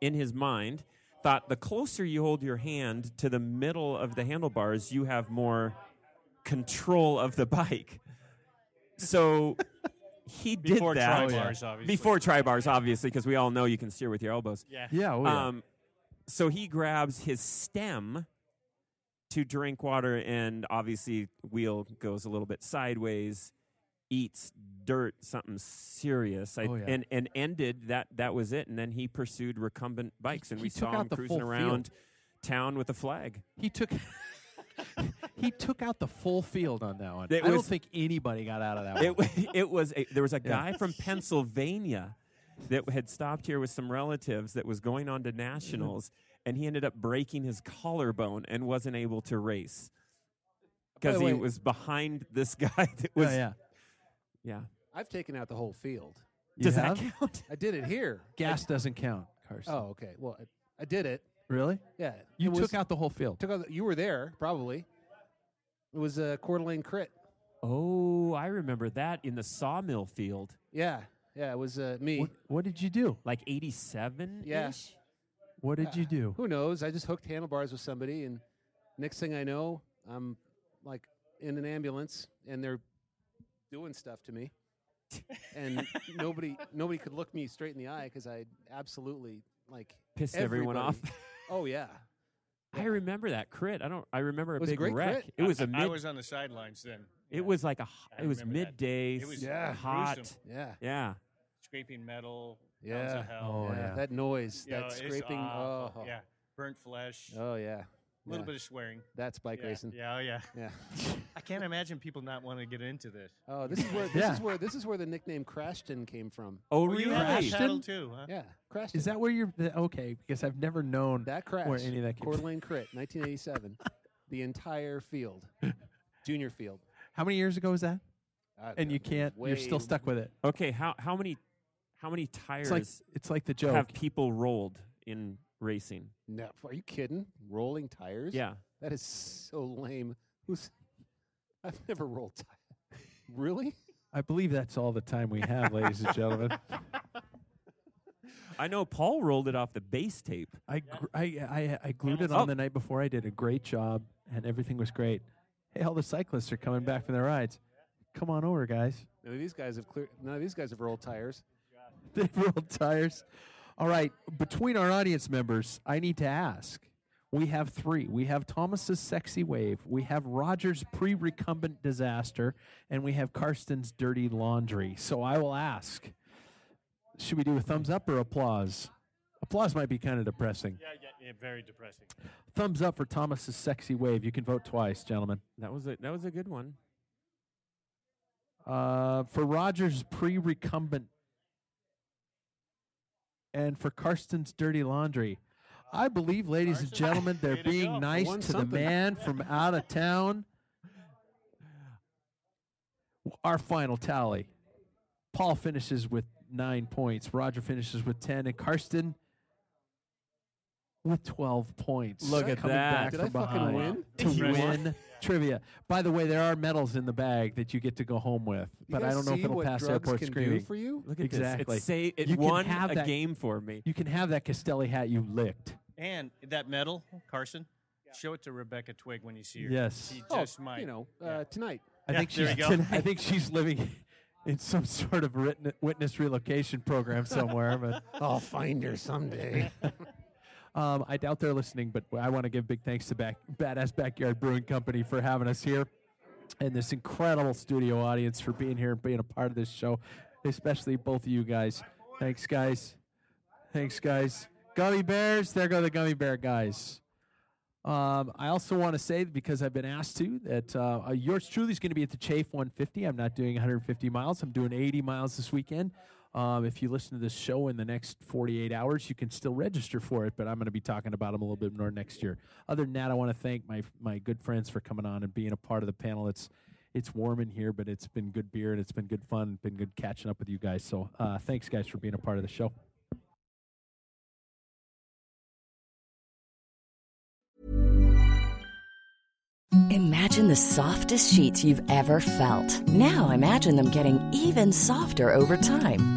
Speaker 4: in his mind, thought the closer you hold your hand to the middle of the handlebars, you have more control of the bike. So he did
Speaker 2: Before
Speaker 4: that Oh,
Speaker 2: tri-bars, obviously.
Speaker 4: before tri bars, obviously, because we all know you can steer with your elbows.
Speaker 2: Yeah.
Speaker 1: yeah, oh, yeah.
Speaker 4: Um, so he grabs his stem to drink water, and obviously, wheel goes a little bit sideways, eats dirt, something serious, I,
Speaker 1: Oh, yeah.
Speaker 4: and and ended that. That was it, and then he pursued recumbent bikes, and
Speaker 1: he
Speaker 4: we
Speaker 1: took
Speaker 4: saw
Speaker 1: out
Speaker 4: him
Speaker 1: the
Speaker 4: cruising
Speaker 1: full
Speaker 4: around
Speaker 1: field.
Speaker 4: town with a flag.
Speaker 1: he took he took out the full field on that one.
Speaker 4: It
Speaker 1: I don't
Speaker 4: was-
Speaker 1: think anybody got out of that
Speaker 4: it,
Speaker 1: one.
Speaker 4: wa- it was a, there was a guy from Pennsylvania that had stopped here with some relatives that was going on to nationals and he ended up breaking his collarbone and wasn't able to race because
Speaker 3: By the
Speaker 4: he
Speaker 3: way-
Speaker 4: was behind this guy that
Speaker 1: Oh,
Speaker 4: was
Speaker 1: yeah,
Speaker 4: yeah.
Speaker 3: I've taken out the whole field.
Speaker 1: You
Speaker 4: does that
Speaker 1: have?
Speaker 4: count
Speaker 3: I did it here.
Speaker 1: gas doesn't count, Carson.
Speaker 3: Oh, okay. Well, I, I did it.
Speaker 1: really?
Speaker 3: Yeah.
Speaker 1: You
Speaker 3: It
Speaker 1: took
Speaker 3: was-
Speaker 1: out the whole field.
Speaker 3: Took out. the- You were there probably. It was a Coeur d'Alene crit.
Speaker 4: oh i remember that in the sawmill field
Speaker 3: Yeah. Yeah. It was uh, me.
Speaker 1: What, what did you do?
Speaker 4: like 87
Speaker 3: Yeah.
Speaker 1: What did you do?
Speaker 3: Who knows? I just hooked handlebars with somebody, and next thing I know, I'm like in an ambulance, and they're doing stuff to me, and nobody nobody could look me straight in the eye because I absolutely like
Speaker 4: pissed everyone off
Speaker 3: everybody- Oh yeah,
Speaker 4: i remember that crit i don't i remember a
Speaker 3: Was it a
Speaker 4: big
Speaker 3: great
Speaker 4: wreck
Speaker 3: crit?
Speaker 4: it was
Speaker 2: I,
Speaker 4: a
Speaker 2: I
Speaker 4: mid
Speaker 2: was on the sidelines then. Yeah.
Speaker 4: it was like a h-
Speaker 2: I
Speaker 4: it was
Speaker 2: remember that.
Speaker 4: midday
Speaker 2: It was
Speaker 3: Yeah.
Speaker 4: hot
Speaker 2: gruesome.
Speaker 3: yeah.
Speaker 4: yeah
Speaker 2: scraping metal. Sounds
Speaker 3: Yeah.
Speaker 2: of hell.
Speaker 1: Oh, yeah.
Speaker 3: That noise,
Speaker 2: You know,
Speaker 3: that
Speaker 2: it's
Speaker 3: scraping.
Speaker 2: awful.
Speaker 3: Oh,
Speaker 2: Yeah. Burnt flesh. A
Speaker 3: Oh, yeah.
Speaker 2: little
Speaker 3: yeah.
Speaker 2: bit of swearing.
Speaker 3: That's bike
Speaker 2: yeah.
Speaker 3: racing.
Speaker 2: Yeah. Oh, yeah.
Speaker 3: Yeah.
Speaker 2: I can't imagine people not want to get into this.
Speaker 3: Oh, this is where this
Speaker 1: Yeah.
Speaker 3: is where this is where the nickname Crashton came from.
Speaker 1: Oh,
Speaker 2: Well, you have that title too, huh?
Speaker 3: Yeah, Crashton.
Speaker 1: Is that where you're? th- Okay, because I've never known
Speaker 3: that crash?
Speaker 1: where any of that came.
Speaker 3: Coeur
Speaker 1: from.
Speaker 3: d'Alene crit, 1987. the entire field, junior field.
Speaker 1: How many years ago was that?
Speaker 3: I don't
Speaker 1: And you
Speaker 3: know,
Speaker 1: can't. You're still
Speaker 3: way-
Speaker 1: stuck with it.
Speaker 4: Okay, how how many how many
Speaker 1: It's
Speaker 4: tires
Speaker 1: like it's like the joke.
Speaker 4: have people rolled in racing?
Speaker 3: No, are you kidding? Rolling tires?
Speaker 4: Yeah.
Speaker 3: that is so lame. Who's? I've never rolled tires. really?
Speaker 1: I believe that's all the time we have, ladies and gentlemen.
Speaker 4: I know Paul rolled it off the base tape.
Speaker 1: I, gr- I I I glued it on the night before. I did a great job, and everything was great. Hey, all the cyclists are coming back from their rides. Come on over, guys.
Speaker 3: No, these guys have clear. None of these guys have rolled tires.
Speaker 1: They've rolled tires. All right. Between our audience members, I need to ask. We have three. We have Thomas's sexy wave. We have Roger's pre-recumbent disaster, and we have Karsten's dirty laundry. So I will ask: Should we do a thumbs up or applause? Applause might be kind of depressing.
Speaker 2: Yeah, yeah, yeah, very depressing.
Speaker 1: Thumbs up for Thomas's sexy wave. You can vote twice, gentlemen.
Speaker 4: That was a that was a good one.
Speaker 1: Uh, for Roger's pre-recumbent, and for Karsten's dirty laundry. I believe, ladies and
Speaker 2: Karsten,
Speaker 1: gentlemen, they're
Speaker 2: way to
Speaker 1: being
Speaker 2: go.
Speaker 1: nice
Speaker 3: Won
Speaker 1: to the
Speaker 3: something.
Speaker 1: man from out of town. Our final tally: Paul finishes with nine points. Roger finishes with ten, and Karsten with twelve points.
Speaker 4: Look at
Speaker 1: coming Back
Speaker 4: that.
Speaker 3: Did
Speaker 1: from
Speaker 3: I fucking
Speaker 1: behind
Speaker 3: win?
Speaker 1: to
Speaker 2: You won.
Speaker 1: win trivia. By the way, there are medals in the bag that you get to go home with,
Speaker 3: You
Speaker 1: but I
Speaker 3: guys
Speaker 1: don't know if
Speaker 3: see
Speaker 1: it'll
Speaker 3: what
Speaker 1: pass
Speaker 3: drugs
Speaker 1: airport
Speaker 3: can
Speaker 1: screening.
Speaker 3: do for you.
Speaker 4: Look at
Speaker 1: Exactly.
Speaker 4: this. It's say it
Speaker 1: You can
Speaker 4: won
Speaker 1: have
Speaker 4: a
Speaker 1: that-
Speaker 4: game for me.
Speaker 1: You can have that Castelli hat you licked.
Speaker 2: And that medal, Carson, show it to Rebecca Twig when you see her.
Speaker 1: Yes.
Speaker 2: She
Speaker 3: Oh,
Speaker 2: just might.
Speaker 3: you know, uh, tonight.
Speaker 1: I
Speaker 2: Yeah,
Speaker 1: think
Speaker 2: there
Speaker 1: she's.
Speaker 2: you go.
Speaker 1: I think she's living in some sort of written, witness relocation program somewhere, but.
Speaker 3: I'll find her someday.
Speaker 1: Um, I doubt they're listening, but I want to give big thanks to back, Badass Backyard Brewing Company for having us here and this incredible studio audience for being here and being a part of this show, especially both of you guys. Thanks, guys. Thanks, guys. Gummy bears. There go the gummy bear guys. Um, I also want to say, because I've been asked to, that uh, uh, yours truly is going to be at the Chafe 150. I'm not doing 150 miles. I'm doing 80 miles this weekend. Um, if you listen to this show in the next 48 hours, you can still register for it, but I'm going to be talking about them a little bit more next year. Other than that, I want to thank my my good friends for coming on and being a part of the panel. It's it's warm in here, but it's been good beer and it's been good fun. Been good catching up with you guys. So uh, thanks, guys, for being a part of the show.
Speaker 5: Imagine the softest sheets you've ever felt. Now imagine them getting even softer over time.